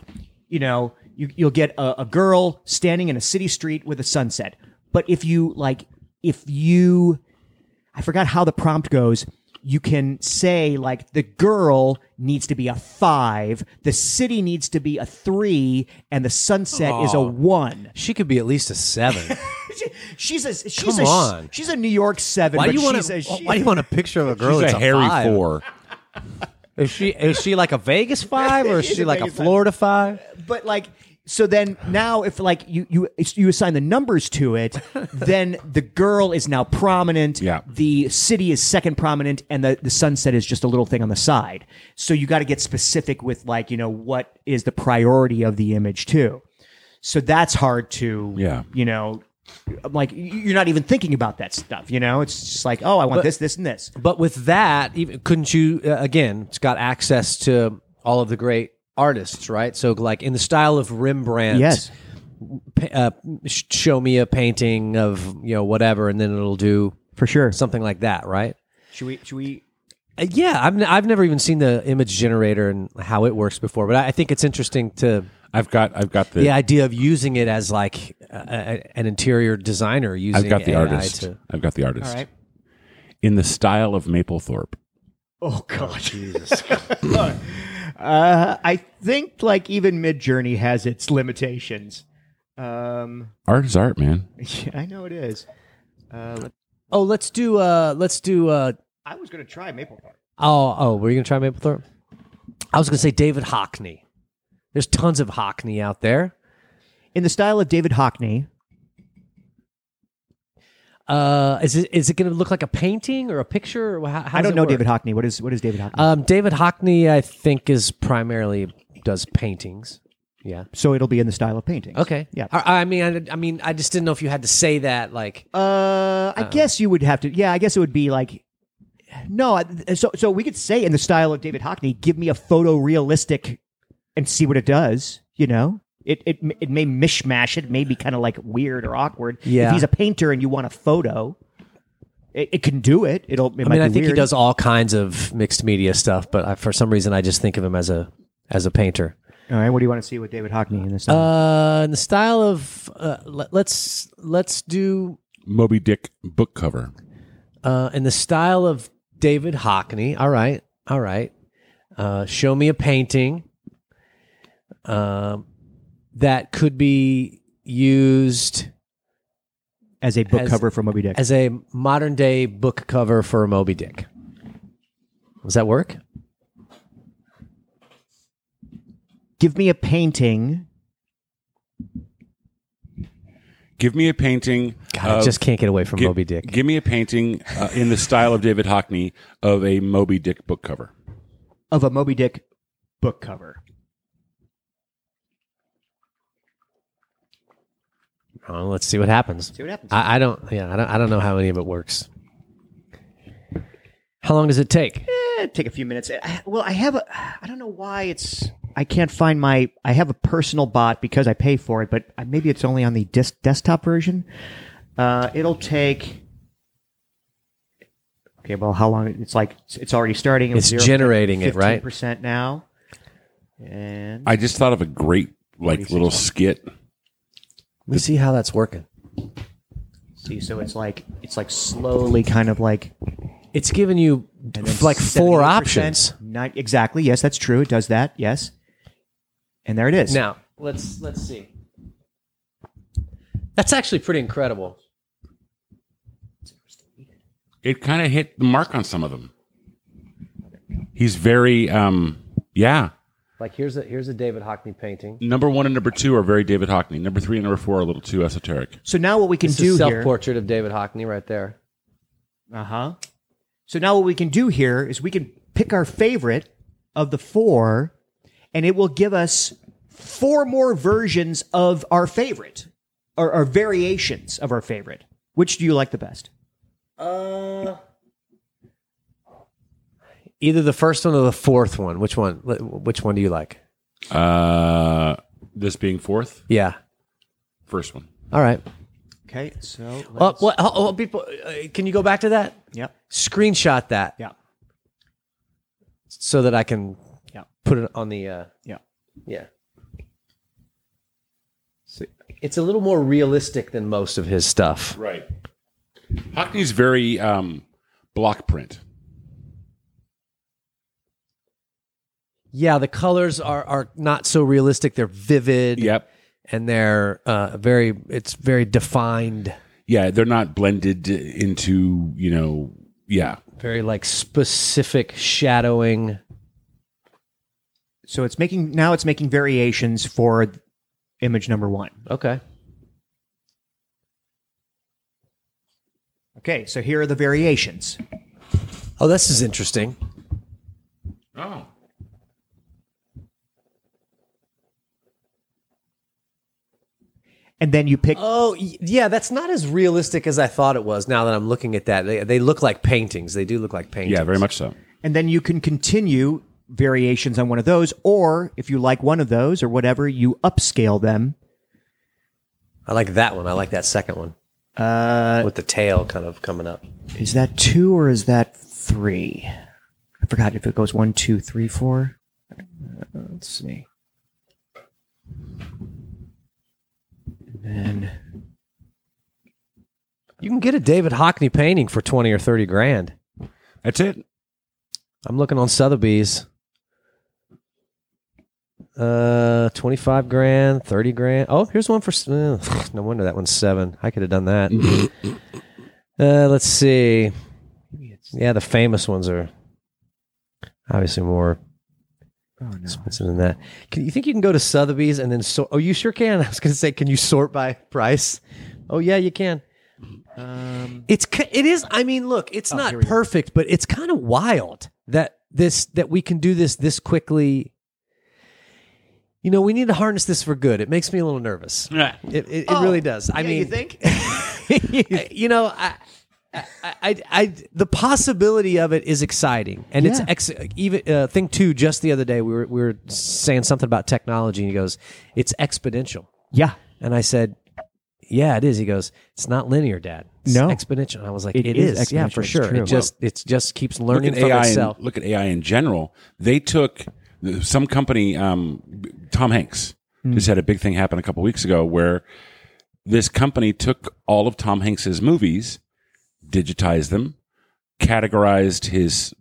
S1: you know you, you'll get a, a girl standing in a city street with a sunset but if you like if you I forgot how the prompt goes. You can say like the girl needs to be a five, the city needs to be a three, and the sunset is a one.
S2: She could be at least a seven.
S1: She's a she's
S2: Come
S1: a
S2: on.
S1: she's a New York seven.
S2: Why do you want
S1: want
S2: to? Why do you want a picture of a girl?
S3: She's
S2: that's
S3: a hairy
S2: five?
S3: four.
S2: Is she is she like a Vegas five or is
S1: She's
S2: she
S1: a
S2: like a
S1: Vegas five.
S2: Florida five?
S1: But like so then now if like you you you assign the numbers to it, then the girl is now prominent.
S3: Yeah.
S1: The city is second prominent, and the the sunset is just a little thing on the side. So you got to get specific with like you know what is the priority of the image too. So that's hard to
S3: Yeah.
S1: You know. I'm like y- you're not even thinking about that stuff, you know. It's just like, oh, I want this, this, and this.
S2: But with that, even couldn't you uh, again? It's got access to all of the great artists, right? So like in the style of Rembrandt,
S1: Yes.
S2: pa- uh, sh- show me a painting of you know whatever, and then it'll do
S1: For sure.
S2: something like that, right?
S1: Should we? Should we?
S2: Uh, Yeah, I've n- I've never even seen the image generator and how it works before, but I, I think it's interesting to
S3: I've got I've got the
S2: the idea of using it as like a, a, an interior designer using
S3: I've got the
S2: AI
S3: artist.
S2: to.
S3: I've got the artist.
S1: All right.
S3: In the style of Maplethorpe.
S1: Oh God, Jesus! uh, I think like even Midjourney has its limitations. Um,
S3: Art is art, man.
S1: yeah, I know it is. Uh,
S2: Oh, let's do uh, let's do uh,
S1: I was gonna try Maple Park.
S2: Oh, oh, were you gonna try Maplethorpe? I was gonna say David Hockney. There's tons of Hockney out there.
S1: In the style of David Hockney,
S2: Uh, is it is it gonna look like a painting or a picture? Or how, how
S1: I
S2: does
S1: don't
S2: it
S1: know
S2: work?
S1: David Hockney. What is what is David Hockney?
S2: Um, David Hockney, I think, is primarily does paintings. Yeah.
S1: so it'll be in the style of painting.
S2: Okay.
S1: Yeah.
S2: I, I mean, I, I mean, I just didn't know if you had to say that. Like,
S1: Uh, I guess you would have to. Yeah, I guess it would be like. No, I- so so we could say in the style of David Hockney, give me a photorealistic, and see what it does. You know, it it it may mishmash. It may be kind of like weird or awkward.
S2: Yeah.
S1: if he's a painter and you want a photo, it, it can do it. It'll. It might
S2: I mean,
S1: be
S2: I think
S1: weird.
S2: he does all kinds of mixed media stuff, but I, for some reason, I just think of him as a as a painter.
S1: All right, what do you want to see with David Hockney in this? style?
S2: Uh, in the style of uh, let, let's let's do
S3: Moby Dick book cover.
S2: uh, in the style of David Hockney. All right, all right. Uh, show me a painting um, that could be used
S1: Uh, as a book
S2: as-
S1: cover for Moby Dick.
S2: as a modern day book cover for a Moby Dick. Does that work?
S1: give me a painting.
S3: Give me a painting.
S2: God, I
S3: of-
S2: just can't get away from
S3: Uh, gi-
S2: Moby Dick.
S3: Give me a painting uh, in the style of David Hockney of a Moby Dick book cover.
S1: of a Moby Dick book cover.
S2: Oh, let's see what happens.
S1: See what happens.
S2: I, I don't. Yeah, I don't. I don't know how any of it works. How long does it take?
S1: Eh, take a few minutes. I- Well, I have a. I don't know why it's. I can't find my. I have a personal bot because I pay for it, but I- maybe it's only on the dis- desktop version. Uh, it'll take. Okay, well, how long? It's like it's already starting.
S2: It's generating it, right?
S1: Percent now. And
S3: I just thought of a great like little skit.
S2: Let me see how that's working.
S1: see, so it's like it's like slowly, kind of like
S2: It's giving you
S1: and then
S2: like four
S1: 78%.
S2: options.
S1: Not exactly. Yes, that's true. It does that. Yes. And there it is.
S2: Now let's let's see. That's actually pretty incredible.
S3: It kind of hit the mark on some of them. He's very um yeah.
S2: Like here's a here's a David Hockney painting.
S3: Number one and number two are very David Hockney. Number three and number four are a little too esoteric.
S1: So now what we can
S2: It's
S1: do
S2: a self
S1: here.
S2: portrait of David Hockney right there.
S1: Uh huh. So now what we can do here is we can pick our favorite of the four, and it will give us four more versions of our favorite or, or variations of our favorite. Which do you like the best?
S2: Either the first one or the fourth one. Which one? Which one do you like?
S3: Uh this being fourth,
S2: Yeah.
S3: first one.
S2: All right.
S1: Okay, so
S2: Uh, what, oh, oh, people, uh, can you go back to that?
S1: Yep.
S2: Screenshot that
S1: Yeah.
S2: so that I can
S1: Yeah.
S2: put it on the. Uh,
S1: Yeah.
S2: Yeah. So it's a little more realistic than most of his stuff.
S3: Right. Hockney's very um, block print.
S2: Yeah, the colors are are not so realistic. They're vivid.
S3: Yep.
S2: And they're uh, very. It's very defined.
S3: Yeah, they're not blended into you know. Yeah,
S2: Very like specific shadowing.
S1: so it's making now it's making variations for image number one.
S2: Okay.
S1: Okay, so here are the variations.
S2: Oh, this is interesting.
S3: Oh.
S1: And then you pick
S2: Oh, y- yeah, that's not as realistic as I thought it was. Now that I'm looking at that, they, they look like paintings. They do look like paintings.
S3: Yeah, very much so.
S1: and then you can continue variations on one of those, or if you like one of those or whatever, you upscale them.
S2: I like that one. I like that second one
S1: Uh,
S2: with the tail kind of coming up.
S1: is that two or is that three? I forgot if it goes one, two, three, four. Uh, let's see. And then
S2: You can get a David Hockney painting for twenty or thirty grand.
S3: That's it.
S2: I'm looking on Sotheby's. Uh, twenty-five grand, thirty grand. Oh, here's one for. s- uh, no wonder that one's seven. I could have done that. uh, let's see. Yeah, the famous ones are obviously more
S1: oh no,
S2: expensive than that. Can you think you can go to Sotheby's and then sort? Oh, you sure can. I was going to say, can you sort by price? Oh, yeah, you can.
S1: um,
S2: It's ki- it is. I mean, look, it's not perfect, but it's kind of wild that this that we can do this this quickly. You know, we need to harness this for good. It makes me a little nervous.
S3: Yeah.
S2: It, it, it really does. I mean,
S1: you think?
S2: I- you know, I, I, I, I, the possibility of it is exciting, and it's
S1: Yeah.
S2: ex- even uh, thing two. Just the other day, we were we were saying something about technology, and he goes, "It's exponential,"
S1: yeah,
S2: and I said, "Yeah, it is." He goes, "It's not linear, Dad. It's
S1: No.
S2: exponential." And I was like,
S1: It
S2: it
S1: is
S2: is, yeah,
S1: exponential.
S2: for
S1: It's
S2: sure.
S1: true.
S2: It just it just keeps
S3: Look
S2: learning
S3: at
S2: from
S3: AI.
S2: itself."
S3: And, look at AI in general. They took some company. Um, Tom Hanks
S2: Hmm.
S3: just had a big thing happen a couple weeks ago where this company took all of Tom Hanks's movies, digitized them, categorized his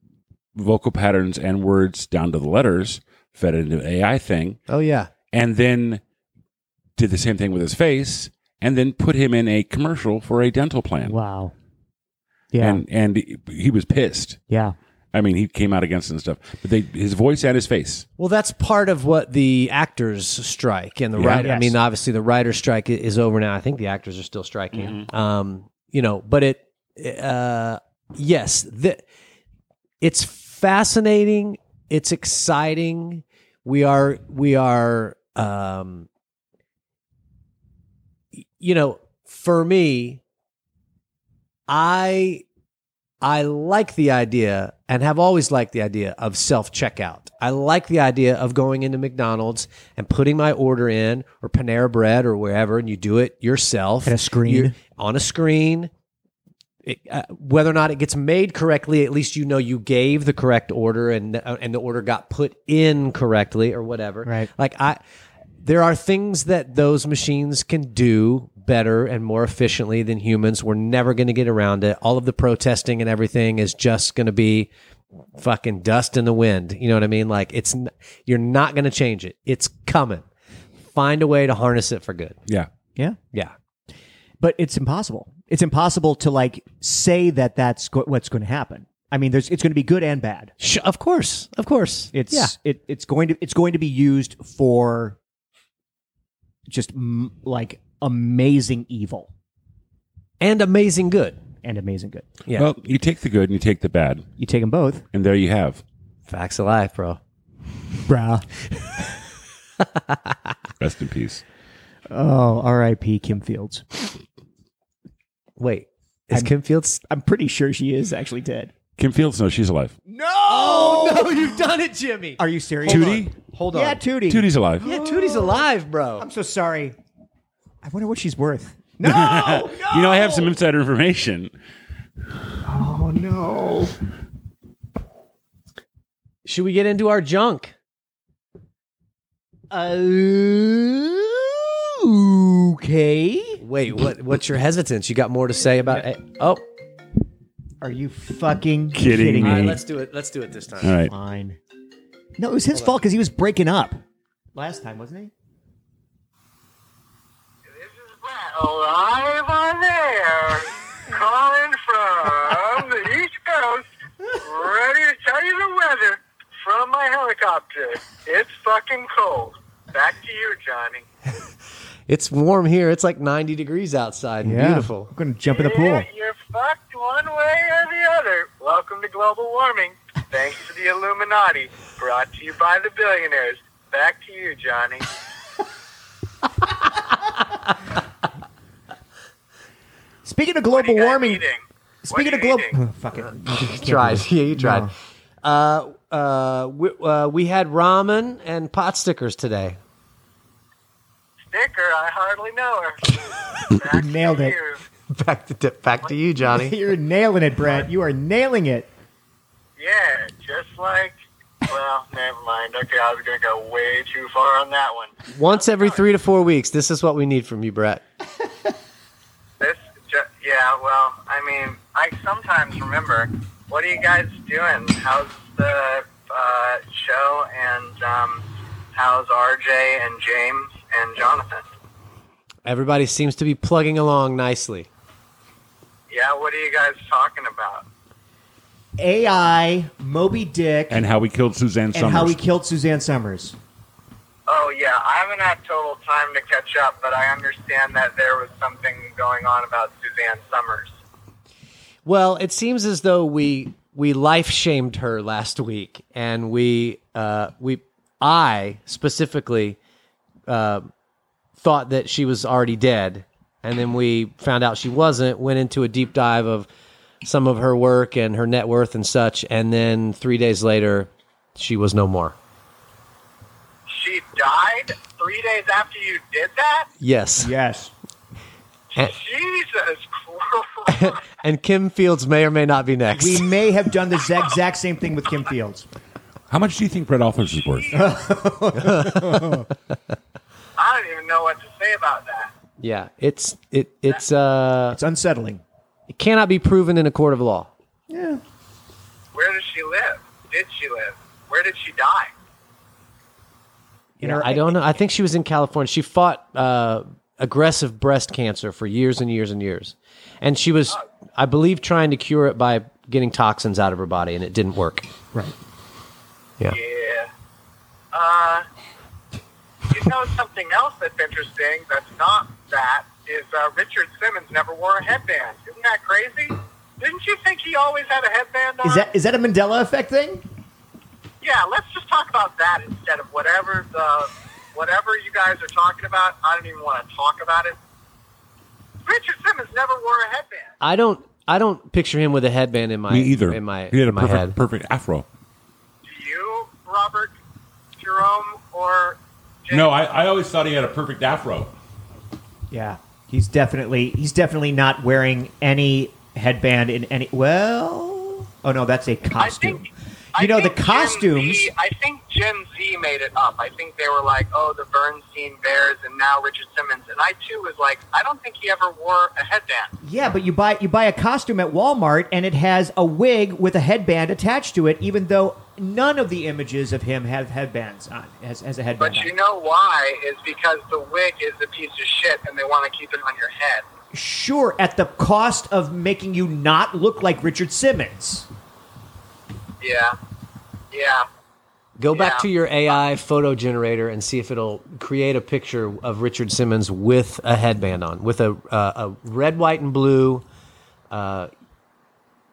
S3: vocal patterns and words down to the letters, fed it into an AI thing,
S2: oh yeah,
S3: and then did the same thing with his face, and then put him in a commercial for a dental plan.
S1: wow, yeah,
S3: And and he was pissed.
S1: yeah.
S3: I mean, he came out against it and stuff, but they his voice and his face.
S2: Well, that's part of what the actors strike and the
S3: Yeah.
S2: writer. I
S1: Yes.
S2: mean, obviously the writer strike i- is over now. I think the actors are still striking.
S3: Mm-hmm.
S2: Um, you know, but it, uh, yes, the, it's fascinating. It's exciting. We are, we are, um, y- you know, for me, I I like the idea and have always liked the idea of self checkout. I like the idea of going into McDonald's and putting my order in or Panera Bread or wherever, and you do it yourself
S1: At a screen.
S2: You- on a screen. It, uh, whether or not it gets made correctly, at least you know you gave the correct order and uh, and the order got put in correctly or whatever.
S1: Right.
S2: Like I, there are things that those machines can do better and more efficiently than humans. We're never going to get around it. All of the protesting and everything is just going to be fucking dust in the wind. You know what I mean? Like it's n- you're not going to change it. It's coming. Find a way to harness it for good.
S3: Yeah,
S1: Yeah.
S2: Yeah.
S1: But it's impossible. It's impossible to like say that that's go- what's going to happen. I mean, there's it's going to be good and bad.
S2: Sh- of course. Of course.
S1: It's
S2: yeah.
S1: it, it's going to it's going to be used for just m- like amazing evil
S2: and amazing good.
S1: and amazing good.
S2: Yeah.
S3: Well, you take the good and you take the bad,
S1: You take them both,
S3: and there you have.
S2: Facts of life, bro.
S1: bruh.
S3: Rest in peace.
S1: Oh, R.I.P. Kim Fields.
S2: Wait, is Kim Fields?
S1: I'm pretty sure she is actually dead.
S3: Kim Fields, no, she's alive.
S2: Oh no, you've done it, Jimmy.
S1: Are you serious?
S3: Tootie,
S2: Hold on.
S1: Yeah, Tootie.
S2: Oh.
S3: Tootie's alive.
S2: yeah, Tootie's alive, bro.
S1: I'm so sorry. I wonder what she's worth.
S6: No,
S3: You know, I have some insider information.
S6: Oh no!
S2: Should we get into our junk?
S1: Okay.
S2: Wait, what? What's your hesitance? You got more to say about? eh, Oh, all
S1: Are you fucking
S3: Kidding
S1: kidding, me?
S3: me.
S2: right, let's do it. Let's do it this time.
S3: All right.
S1: Fine. No, it was his fault because he was breaking up last time, wasn't he?
S5: Live on air, calling from the East Coast, ready to tell you the weather from my helicopter. It's fucking cold. Back to you, Johnny.
S2: It's warm here. It's like 90 degrees outside. and Beautiful.
S1: I'm gonna jump in the pool.
S5: You're, you're fucked one way or the other. Welcome to global warming. Thanks to the Illuminati. Brought to you by the billionaires. Back to you, Johnny.
S1: Speaking of
S5: What are
S1: global
S5: you guys
S1: warming,
S5: eating? What
S1: speaking
S5: are
S1: of
S5: you
S1: global,
S5: eating?
S1: Oh, fuck it.
S2: You tried. Yeah, you tried. Uh, uh, we, uh, we had ramen and pot stickers today.
S5: Sticker, I hardly know her. Back
S1: Nailed
S5: to
S1: it.
S5: You.
S2: Back to back to you, Johnny.
S1: You're nailing it, Brett. You are nailing it.
S5: Yeah, just like. Well, never mind. Okay, I was gonna go way too far on that one.
S2: Once every three to four weeks, this is what we need from you, Brett.
S5: This, ju- yeah. Well, I mean, I sometimes remember. What are you guys doing? How's the uh, show? And um, how's RJ and James and Jonathan?
S2: Everybody seems to be plugging along nicely.
S5: Yeah, what are you guys talking about?
S1: AI, Moby Dick,
S3: And how we killed Suzanne
S1: and
S3: Summers.
S1: how we killed Suzanne Summers.
S5: Oh yeah, I haven't had total time to catch up, but I understand that there was something going on about Suzanne Summers.
S2: Well, it seems as though we we life shamed her last week, and we uh, we I specifically uh, thought that she was already dead, and then we found out she wasn't. Went into a deep dive of some of her work and her net worth and such, and then three days later, she was no more.
S5: She died three days after you did that.
S2: Yes,
S1: Yes.
S5: Jesus Christ.
S2: and Kim Fields may or may not be next.
S1: We may have done the exact, exact same thing with Kim Fields.
S3: how much do you think Brett Alford is worth?
S5: I don't even know what to say about that.
S2: yeah, it's it it's uh
S1: It's unsettling.
S2: it cannot be proven in a court of law.
S1: Yeah.
S5: Where does she live? Did she live? Where did she die?
S1: You
S2: Yeah, I don't know. I think she was in California. She fought uh, aggressive breast cancer for years and years and years, and she was, I believe, trying to cure it by getting toxins out of her body, and it didn't work.
S1: Right.
S2: Yeah.
S5: Yeah. Uh, you know something else that's interesting that's not that is uh, Richard Simmons never wore a headband. Isn't that crazy? Didn't you think he always had a headband on?
S1: Is that is that a Mandela effect thing?
S5: yeah, let's just talk about that instead of whatever the whatever you guys are talking about. I don't even want to talk about it. Richard Simmons never wore a headband.
S2: I don't, I don't picture him with a headband in my
S3: Me either.
S2: in my
S3: he had a
S2: in my
S3: perfect,
S2: head.
S3: perfect afro.
S5: Do you, Robert, Jerome, or James?
S3: No, I, I always thought he had a perfect afro.
S1: Yeah. He's definitely he's definitely not wearing any headband in any well Oh no, that's a costume.
S5: I
S1: you know the
S5: think Gen
S1: costumes
S5: Z- I think Gen Z made it up. I think they were like, "Oh, the Bernstein Bears," and now Richard Simmons. And I too was like, I don't think he ever wore a headband.
S1: Yeah, but you buy you buy a costume at Walmart and it has a wig with a headband attached to it, even though none of the images of him have headbands on has, has a headband.
S5: But you
S1: on.
S5: know why? Is because the wig is a piece of shit, and they want to keep it on your head.
S1: Sure, at the cost of making you not look like Richard Simmons.
S5: Yeah, yeah.
S2: Go back
S5: Yeah.
S2: to your AI photo generator and see if it'll create a picture of Richard Simmons with a headband on, with a uh, a red, white, and blue. Uh,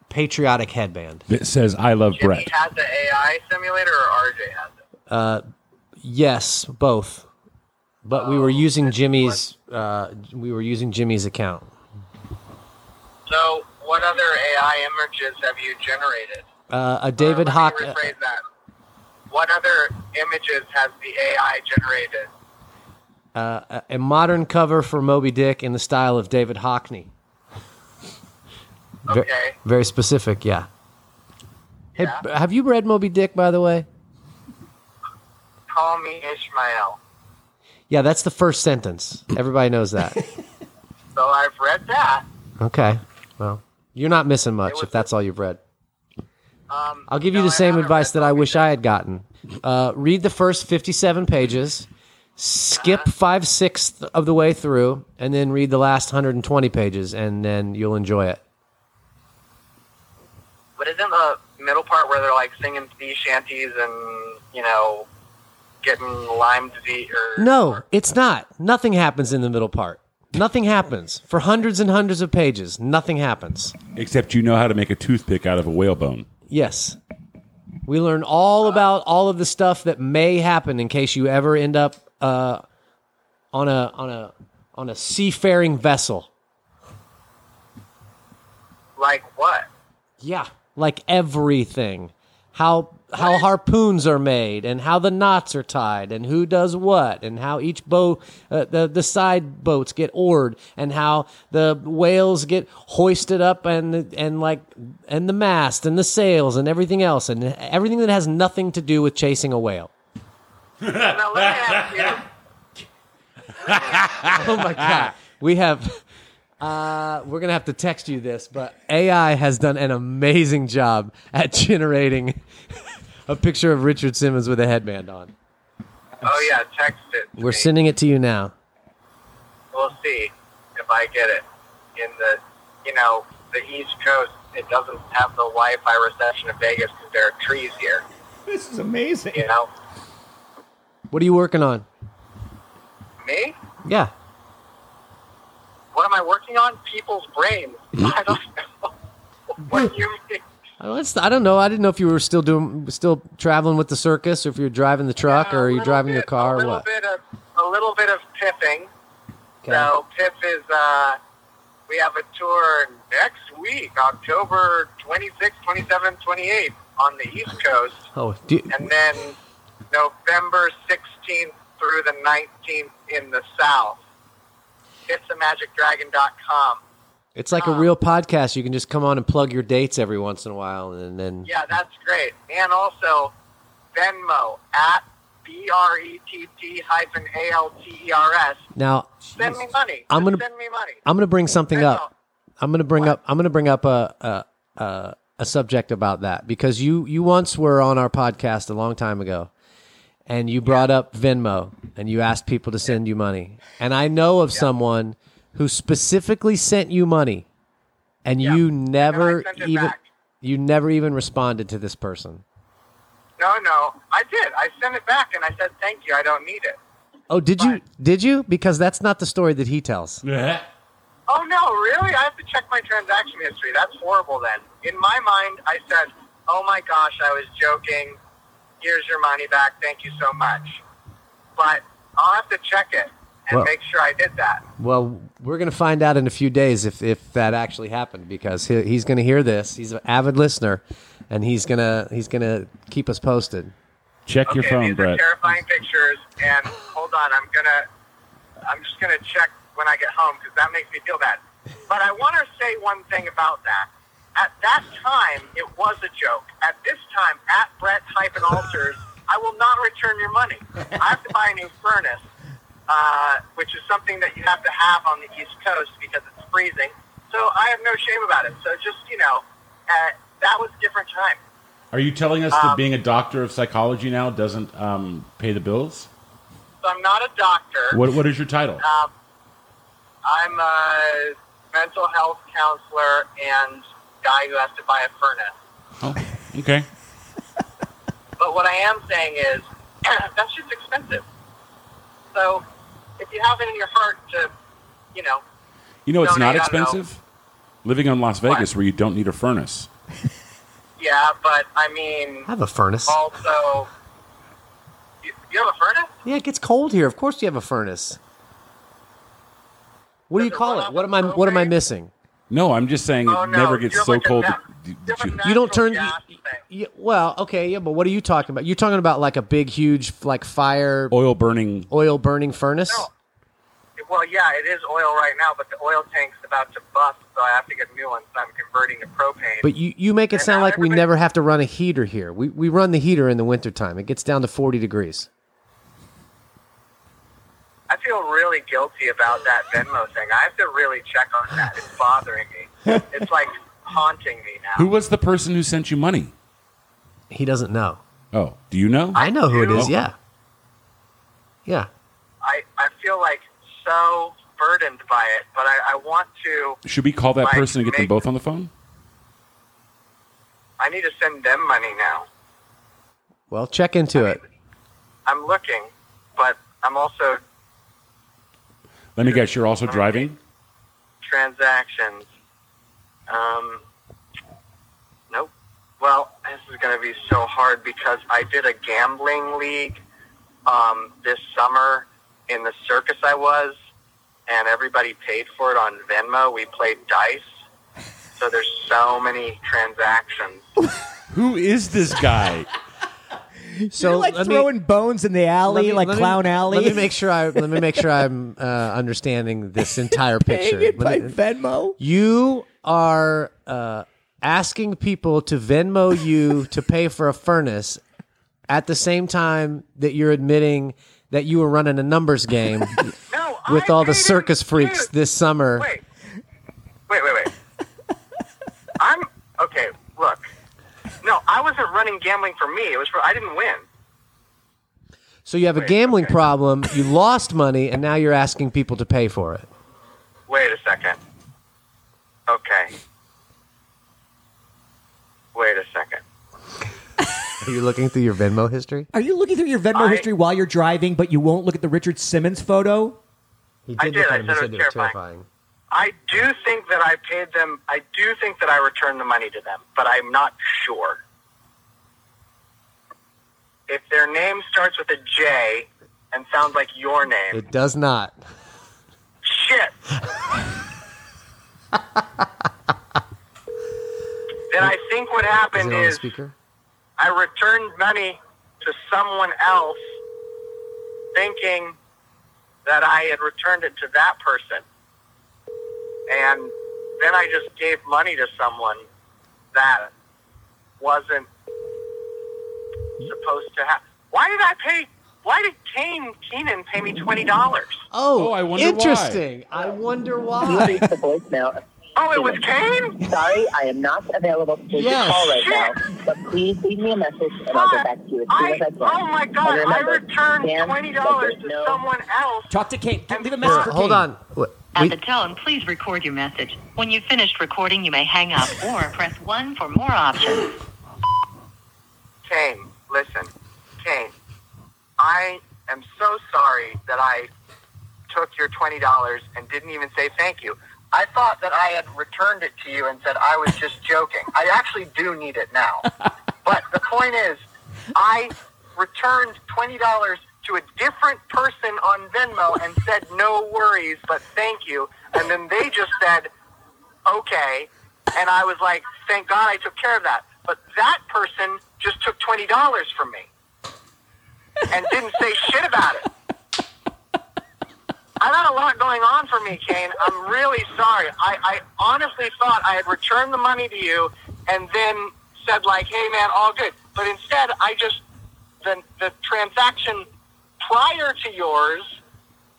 S2: patriotic headband
S3: That says, I love
S5: Jimmy
S3: Brett.
S5: has the AI simulator, or RJ has it.
S2: Yes, both. But we were using Jimmy's. Uh, we were using Jimmy's account.
S5: So, what other AI images have you generated?
S2: Uh, a David
S5: Let me
S2: Hawk.
S5: rephrase that. What other images has the AI generated?
S2: Uh, uh, a a modern cover for Moby Dick in the style of David Hockney. Ver-
S5: Okay.
S2: Very specific, yeah. Hey, b- have you read Moby Dick, by the way?
S5: Call me Ishmael.
S2: Yeah, that's the first sentence. Everybody knows that.
S5: So I've read that.
S2: okay. Well, you're not missing much
S5: was-
S2: if that's all you've read.
S5: Um,
S2: I'll give you
S5: no,
S2: the
S5: I
S2: same
S5: haven't
S2: advice
S5: read
S2: that I
S5: Moby
S2: wish
S5: Dick.
S2: I had gotten. Uh, read the first 57 pages, skip
S5: Uh-huh.
S2: five sixths of the way through, and then read the last 120 pages, and then you'll enjoy it.
S5: But isn't the middle part where they're like singing sea shanties and you know getting lime disease or
S2: No, it's not. Nothing happens in the middle part. Nothing happens. For hundreds and hundreds of pages, nothing happens.
S3: Except you know how to make a toothpick out of a whalebone.
S2: Yes. We learn all about all of the stuff that may happen in case you ever end up uh, on a on a on a seafaring vessel.
S5: like what?
S2: Yeah, like everything. How how harpoons are made and how the knots are tied and who does what and how each boat uh, the the side boats get oared and how the whales get hoisted up and and like and the mast and the sails and everything else and everything that has nothing to do with chasing a whale.
S5: Now let me ask you.
S2: Oh my god. We have uh, we're gonna have to text you this, but AI has done an amazing job at generating a picture of Richard Simmons with a headband on.
S5: Oh yeah, text it. to
S2: We're
S5: me.
S2: sending it to you now.
S5: We'll see if I get it. In the you know the East Coast, it doesn't have the Wi-Fi reception of Vegas because there are trees here.
S6: This is amazing.
S5: You know
S2: What are you working on?
S5: me.
S2: Yeah.
S5: What am I working on? People's brains. I don't know. What do you mean?
S2: I don't- I don't know. I didn't know if you were still doing, still traveling with the circus, or if you're driving the truck, or
S5: A
S2: or you
S5: little
S2: driving your
S5: bit-
S2: car,
S5: a
S2: or
S5: little
S2: what?
S5: Bit of, a little bit of pipping.
S2: Okay.
S5: So Pip is, uh, we have a tour next week, October 26th, 27th, 28th on the East Coast.
S2: Oh, do you,
S5: And then November 16th through the 19th in the South. It's magicdragon.com.
S2: it's like a real podcast. You can just come on and plug your dates every once in a while, and then
S5: Yeah, that's great. And also Venmo at B R E T T hyphen A L T E R S.
S2: now
S5: Send me money.
S2: I'm
S5: Just
S2: gonna-
S5: send me money.
S2: I'm gonna bring something
S5: That's
S2: up. I'm gonna bring up. I'm gonna bring up a a, a a subject about that because you you once were on our podcast a long time ago, and you brought up Venmo and you asked people to send you money, and I know of someone who specifically sent you money, and you never
S5: sent it
S2: even
S5: back.
S2: you never even responded to this person.
S5: No, no, I did. I sent it back and I said, thank you. I don't need it.
S2: Oh, did you? Did you? Because that's not the story that he tells.
S5: Oh, no, really? I have to check my transaction history. That's horrible then. In my mind, I said, oh my gosh, I was joking. Here's your money back. Thank you so much. But I'll have to check it and
S2: Well-
S5: make sure I did that.
S2: Well, we're going to find out in a few days if, if that actually happened because he, he's going to hear this. He's an avid listener, and he's gonna he's gonna keep us posted.
S3: Check your
S5: okay,
S3: phone,
S5: these are
S3: Brett.
S5: terrifying pictures. And hold on, I'm gonna, I'm just gonna check when I get home because that makes me feel bad. But I want to say one thing about that. At that time, it was a joke. At this time, at Brett hyphen alters, I will not return your money. I have to buy a new furnace, uh, which is something that you have to have on the East Coast because it's freezing. So I have no shame about it. So just you know, uh, that was a different time.
S3: Are you telling us
S5: Um,
S3: that being a doctor of psychology now doesn't um, pay the bills?
S5: So I'm not a doctor.
S3: What What is your title?
S5: Um, I'm a mental health counselor and guy who has to buy a furnace.
S3: Oh, okay.
S5: But what I am saying is that shit's expensive. So if you have it in your heart to, you know,
S3: You know, it's
S5: No, no,
S3: not
S5: no, no.
S3: expensive. Living in Las Vegas, where you don't need a furnace.
S5: yeah, but I mean,
S2: I have a furnace.
S5: also, you, you have a furnace?
S2: Yeah, it gets cold here. Of course, you have a furnace. What do you
S5: Does it
S2: call
S5: run
S2: it?
S5: off
S2: What am I
S5: of
S2: What am I
S5: propane?
S2: missing?
S3: No, I'm just saying
S5: Oh,
S3: it
S5: no,
S3: never gets
S5: you're
S3: so
S5: like a
S3: cold.
S5: nat-
S3: that- that
S5: you're a
S3: you-
S5: nat-
S2: You don't turn.
S5: Natural gas
S2: y-
S5: thing.
S2: y- well, okay, yeah, but what are you talking about? You're talking about like a big, huge, like fire
S3: oil burning.
S2: oil burning furnace.
S5: No. well, yeah, it is oil right now, but the oil tank's about to bust, so I have to get a new one. So I'm converting to propane.
S2: But you, you make it
S5: And
S2: sound
S5: now
S2: like we
S5: everybody-
S2: never have to run a heater here. We, we run the heater in the wintertime. It gets down to 40 degrees.
S5: I feel really guilty about that Venmo thing. I have to really check on that. It's bothering me. It's like haunting me now.
S3: Who was the person who sent you money?
S2: He doesn't know.
S3: Oh, do you know?
S2: I know who it is.
S3: do.
S2: Yeah. Yeah.
S5: I, I feel like so burdened by it, but I, I want to.
S3: Should we call that
S5: Mike,
S3: person and get them
S5: make-
S3: both on the phone?
S5: I need to send them money now.
S2: Well, check into it.
S5: I'm looking, but I'm also
S3: Let me guess, you're also driving?
S5: transactions. Um, nope. Well, this is going to be so hard because I did a gambling league um, this summer in the circus I was, and everybody paid for it on Venmo. We played dice, so there's so many transactions.
S3: Who is this guy?
S2: So
S1: You're, like
S2: let me-
S1: throwing bones in the
S2: let
S1: alley,
S2: me-
S1: like
S2: let me-
S1: clown alley.
S2: Let me make sure I let me make sure I'm uh, understanding this entire picture.
S1: Paid by
S2: Let me-
S1: Venmo.
S2: you are uh, asking people to Venmo you to pay for a furnace at the same time that you're admitting that you were running a numbers game
S5: No,
S2: with
S5: I
S2: all the
S5: paid in-
S2: circus freaks
S5: Dude,
S2: this summer.
S5: Wait, wait, wait, wait. I'm okay. Look, no, I wasn't running gambling for me. It was for I didn't win.
S2: So you have a gambling problem, you lost money, and now you're asking people to pay for it.
S5: Wait a second. Okay. Wait a second.
S2: Are you looking through your Venmo history?
S1: Are you looking through your Venmo
S5: I-
S1: history while you're driving, but you won't look at the Richard Simmons photo?
S2: He
S5: I did. I said it was terrifying. I do think that I paid them. I do think that I returned the money to them, but I'm not sure. If their name starts with a J and sounds like your name,
S2: It does not.
S5: Shit. then I think what
S2: Is it
S5: happened
S2: on the
S5: is
S2: speaker?
S5: I returned money to someone else thinking that I had returned it to that person. And then I just gave money to someone that wasn't supposed to have. Why did I pay? Why did Kane Keenan pay me twenty dollars?
S2: Oh,
S3: Oh, I wonder why.
S2: interesting. I wonder why.
S7: the voicemail.
S5: Oh, it was Kane.
S7: Sorry, I am not available to take
S2: Yes.
S7: your call right now, but please leave me a message and I'll get back to you as soon
S5: I,
S7: as I can.
S5: oh my god,
S7: And
S5: I
S7: remember,
S5: returned
S7: Dan,
S5: twenty dollars
S7: that there's
S5: to
S7: no-
S5: someone else.
S1: Talk to Kate. Leave a message
S2: Here,
S1: for
S2: hold
S1: Kate.
S2: on. Wait,
S8: At
S2: wait,
S8: the tone, please record your message. When you've finished recording, you may hang up or press 1 for more options.
S5: Kane, listen, Kane, I am so sorry that I took your twenty dollars and didn't even say thank you. I thought that I had returned it to you and said I was just joking. I actually do need it now. But the point is, I returned twenty dollars to a different person on Venmo and said no worries, but thank you. And then they just said okay. And I was like, thank God I took care of that. But that person just took $20 from me and didn't say shit about it. I got a lot going on for me, Kane. I'm really sorry. I, I honestly thought I had returned the money to you and then said, like, hey, man, all good. But instead, I just, the, the transaction prior to yours,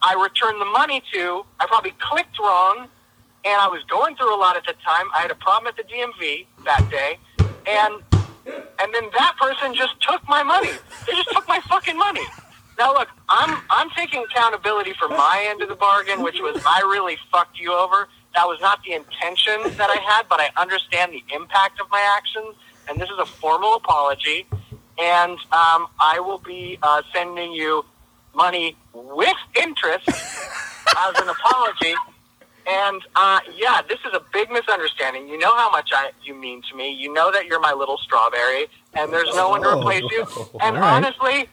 S5: I returned the money to. I probably clicked wrong, and I was going through a lot at the time. I had a problem at the DMV that day, and and then that person just took my money. They just took my fucking money. Now look, I'm I'm taking accountability for my end of the bargain, which was I really fucked you over. That was not the intention that I had, but I understand the impact of my actions, and this is a formal apology. And um, I will be uh, sending you money with interest as an apology. And uh, yeah, this is a big misunderstanding. You know how much I you mean to me. You know that you're my little strawberry, and there's no one to
S1: Oh.
S5: replace you. And honestly,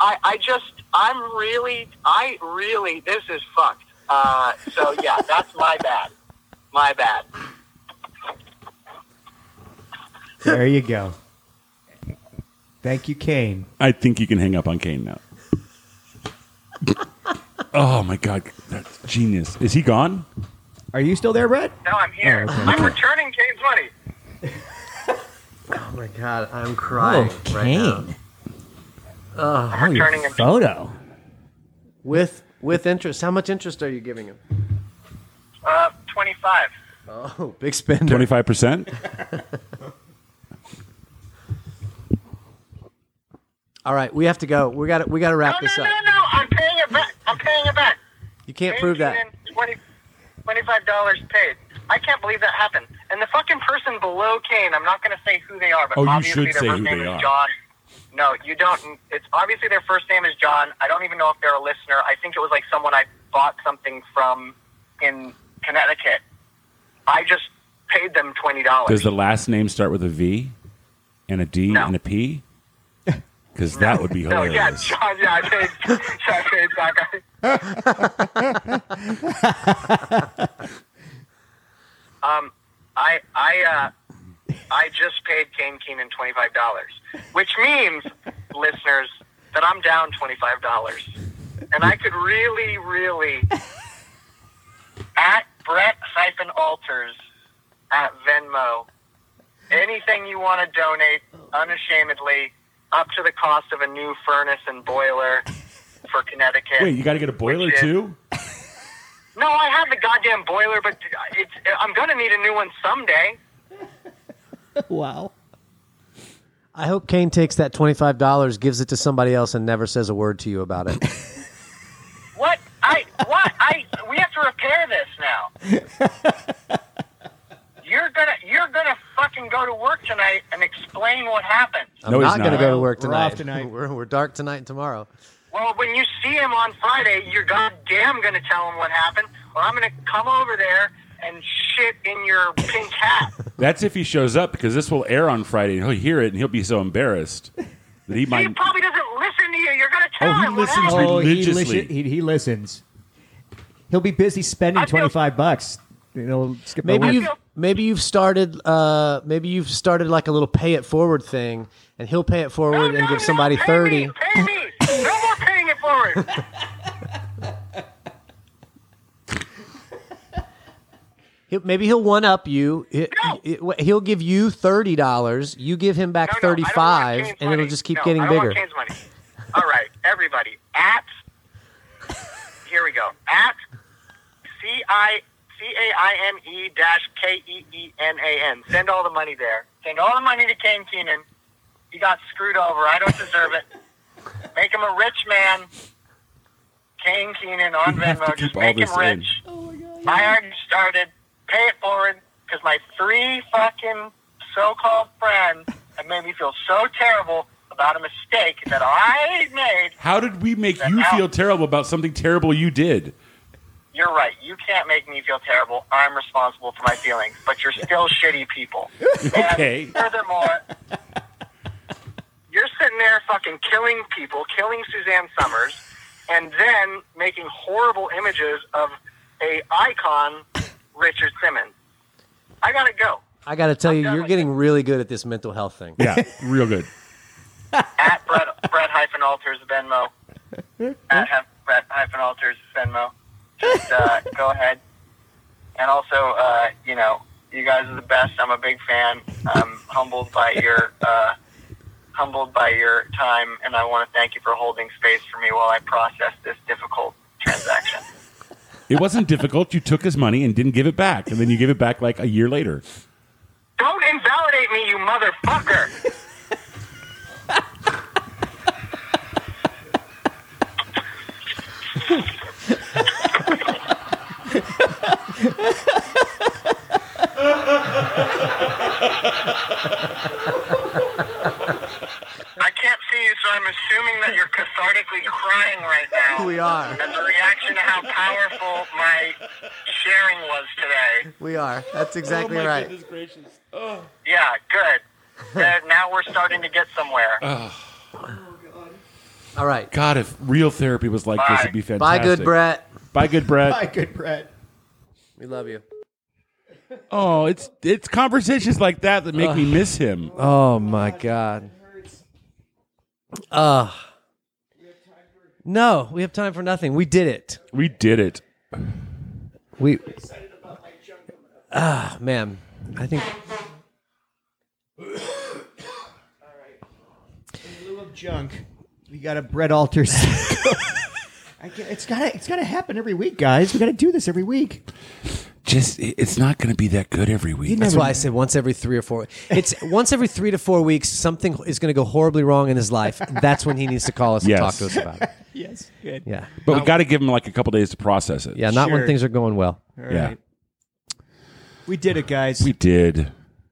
S5: I, I just I'm really I really this is fucked. Uh, so yeah, that's my bad. My bad.
S1: There you go. Thank you, Kane.
S3: I think you can hang up on Kane now. oh my God. That's genius. Is he gone?
S1: Are you still there, Brett?
S5: No, I'm here.
S1: Oh, okay.
S5: I'm returning Kane's money.
S2: Oh my god, I'm
S1: Oh,
S2: crying
S1: Kane.
S5: I'm returning him.
S1: Photo.
S2: With with interest, how much interest are you giving him?
S5: Uh, 25.
S2: Oh, big spender.
S3: Twenty five percent.
S2: All right, we have to go. We got to we got to
S5: No,
S2: wrap
S5: no,
S2: this
S5: no,
S2: up.
S5: no. I'm paying it back. I'm paying it back.
S2: You can't prove that.
S5: Kane came in 20, $25 paid. I can't believe that happened. And the fucking person below Kane, I'm not going to say who they are, but
S3: Oh, you
S5: obviously
S3: should
S5: their
S3: say
S5: first
S3: who
S5: name
S3: they
S5: is
S3: are.
S5: John. No, you don't. It's obviously their first name is John. I don't even know if they're a listener. I think it was like someone I bought something from in Connecticut. I just paid them $20.
S3: Does the last name start with a V and a D
S5: No.
S3: and a P? Because that would be
S5: no, yeah,
S3: hilarious.
S5: John, yeah, I paid, I paid that guy. um, I, I, uh, I just paid Kane Keenan twenty five dollars, which means, listeners, that I'm down twenty five dollars, and I could really, really at Brett hyphen Alters at Venmo. Anything you want to donate unashamedly up to the cost of a new furnace and boiler for Connecticut.
S3: Wait, you got to get a boiler
S5: Which is-
S3: too.
S5: No, I have the goddamn boiler, but it's, I'm gonna need a new one someday.
S1: Wow.
S2: I hope Kane takes that twenty five dollars, gives it to somebody else, and never says a word to you about it.
S5: What? I what? I we have to repair this now. You're gonna you're gonna fucking go to work tonight and explain what happened.
S2: I'm
S3: No, he's
S2: not going to
S3: not.
S2: go to work
S1: We're off
S2: tonight.
S1: tonight.
S2: we're, we're dark tonight and tomorrow.
S5: Well, when you see him on Friday, you're goddamn gonna tell him what happened, or I'm gonna come over there and shit in your pink hat.
S3: That's if he shows up because this will air on Friday and he'll hear it and he'll be so embarrassed that he
S5: He
S3: might.
S5: probably doesn't listen to you. You're gonna tell
S3: Oh, he
S5: him what
S3: listens
S5: happened.
S1: Oh, he,
S3: Religiously.
S1: listen, he, he listens. He'll be busy spending
S5: I feel-
S1: twenty five bucks. You know, skip
S2: Maybe
S1: over.
S2: you've
S5: feel-
S2: maybe you've started uh, maybe you've started like a little pay it forward thing, and he'll pay it forward
S5: No,
S2: and
S5: no,
S2: give
S5: no,
S2: somebody
S5: pay
S2: thirty.
S5: Me, pay me. No more paying it forward.
S2: He'll, maybe he'll one up you. He,
S5: No.
S2: will give you thirty dollars. You give him back
S5: No, no, I
S2: thirty
S5: don't want
S2: five,
S5: Kane's
S2: and it'll
S5: money.
S2: just keep
S5: No,
S2: getting
S5: I don't
S2: bigger.
S5: Want Kane's money. All right, everybody. At here we go. At c i c a i n e dash k e e n a n. Send all the money there. Send all the money to Kane Keenan. He got screwed over. I don't deserve it. Make him a rich man. Kane Keenan on
S3: We have to
S5: Venmo.
S3: keep
S5: Just
S3: all
S5: make him
S3: this in.
S5: rich. I already started. Pay it forward because my three fucking so-called friends have made me feel so terrible about a mistake that I made.
S3: How did we make you feel terrible about something terrible you did?
S5: You're right. You can't make me feel terrible. I'm responsible for my feelings, but you're still shitty people.
S3: Okay.
S5: And furthermore, you're sitting there fucking killing people, killing Suzanne Summers, and then making horrible images of a icon, Richard Simmons. I gotta go.
S2: I got to tell you,
S5: done
S2: you're
S5: with
S2: getting really good at this mental health thing.
S3: Yeah, real good.
S5: at Brett, Brett hyphen alters Venmo. At hef- Brett hyphen alters Venmo. Just uh, go ahead. And also, uh, you know, you guys are the best. I'm a big fan. I'm humbled by your uh, humbled by your time, and I want to thank you for holding space for me while I process this difficult transaction.
S3: It wasn't difficult. You took his money and didn't give it back, and then you gave it back like a year later.
S5: Don't invalidate me, you motherfucker! I can't see you, so I'm assuming that you're cathartically crying right now.
S2: We are.
S5: As a reaction to how powerful my sharing was today.
S2: We are. That's exactly
S5: Oh
S2: right.
S5: Yeah, good. Uh, now we're starting to get somewhere.
S2: All right.
S3: God, if real therapy was like this,
S5: Bye.
S3: it'd be fantastic.
S2: Bye, good Brett.
S3: Bye, good Brett.
S1: good Brett.
S2: We love you.
S3: Oh, it's it's conversations like that that make me miss him.
S2: Oh my god. Uh no, we have time for nothing. We did it.
S3: We did it.
S2: we. Ah, man, I think
S1: In lieu of junk, we got a bread altar. I get, it's gotta, it's gotta happen every week, guys. We gotta do this every week.
S3: Just it- it's not going to be that good every week.
S2: that's why I said once every three or four. It's once every three to four weeks something is going to go horribly wrong in his life. That's when he needs to call us
S3: Yes.
S2: and talk to us about it.
S1: Yes, good.
S2: Yeah,
S3: but we got to give him like a couple days to process it.
S2: yeah, not when
S1: Sure.
S2: things are going well.
S3: Yeah.
S1: we did it, guys.
S3: we did.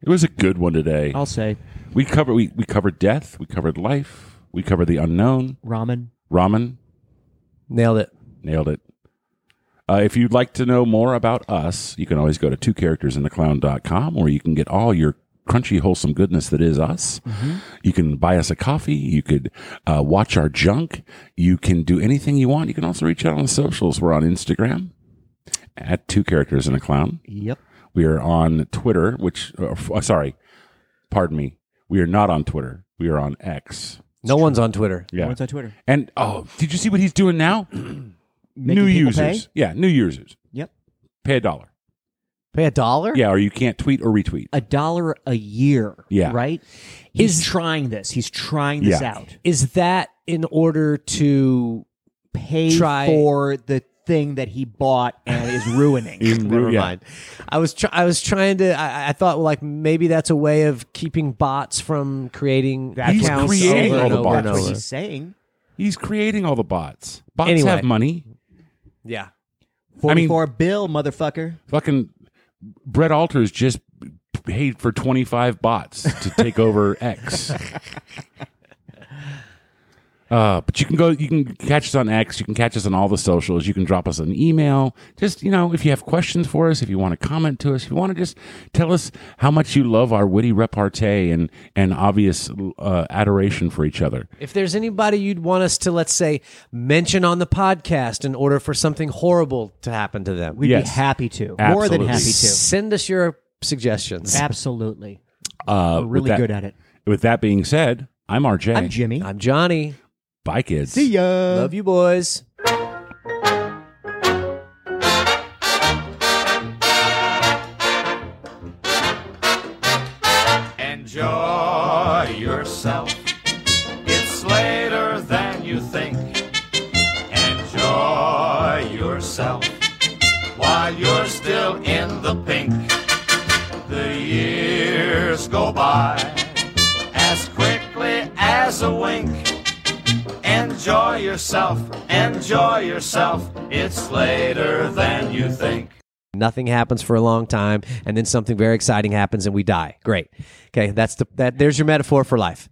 S3: It was a good one today.
S1: I'll say
S3: We covered we, we covered death. We covered life. We covered the unknown.
S1: ramen.
S3: Ramen
S2: Nailed it.
S3: nailed it. Uh, if you'd like to know more about us, you can always go to two characters in the clown.com where you can get all your crunchy, wholesome goodness that is us. You can buy us a coffee. You could uh, watch our junk. You can do anything you want. You can also reach out on the socials. We're on Instagram at two characters in a clown.
S1: Yep.
S3: We are on Twitter, which, uh, f- uh, sorry, pardon me. We are not on Twitter. We are on X.
S2: No one's on Twitter.
S3: Yeah.
S1: What's on Twitter?
S3: And oh, did you see what he's doing now? new
S1: people
S3: users.
S1: pay?
S3: Yeah, new users.
S1: Yep.
S3: Pay a dollar.
S2: Pay a dollar.
S3: Yeah, or you can't tweet or retweet.
S1: A dollar a year.
S3: Yeah.
S1: Right. He's trying this. He's trying this
S3: Yeah.
S1: out.
S2: Is that in order to?
S1: Pay
S2: Try-
S1: for the thing that he bought and is ruining.
S2: Never
S3: Yeah.
S2: mind. I was try- I was trying to. I, I thought like maybe that's a way of keeping bots from creating
S1: That's
S3: He's
S2: accounts
S3: creating
S2: over
S3: all
S2: and
S3: the
S2: over
S1: That's
S2: and
S3: bots.
S1: what
S2: over.
S1: he's saying.
S3: He's creating all the bots. Bots
S2: Anyway.
S3: have money.
S2: Yeah.
S3: I mean-
S1: Forty-four bill, motherfucker.
S3: Fucking Brett Alters just paid for 25 bots to take over X. Uh, but you can go, you can catch us on X, you can catch us on all the socials, you can drop us an email. Just, you know, if you have questions for us, if you want to comment to us, if you want to just tell us how much you love our witty repartee and, and obvious uh, adoration for each other.
S2: If there's anybody you'd want us to, let's say, mention on the podcast in order for something horrible to happen to them,
S1: We'd be
S3: Yes.
S1: happy to. More
S3: Absolutely.
S1: than happy to.
S2: send us your suggestions.
S1: Absolutely.
S3: Uh,
S1: We're
S3: with
S1: really
S3: that-
S1: good at it.
S3: With that being said, I'm RJ.
S1: I'm Jimmy.
S2: I'm Johnny.
S3: Bye, kids.
S1: See ya.
S3: Uh,
S2: Love you, boys.
S9: Enjoy yourself. It's later than you think. Enjoy yourself while you're still in the pink. The years go by as quickly as a wink. Enjoy yourself, enjoy yourself. It's later than you think.
S2: Nothing happens for a long time, and then something very exciting happens, and we die. Great. Okay, that's the that. There's your metaphor for life.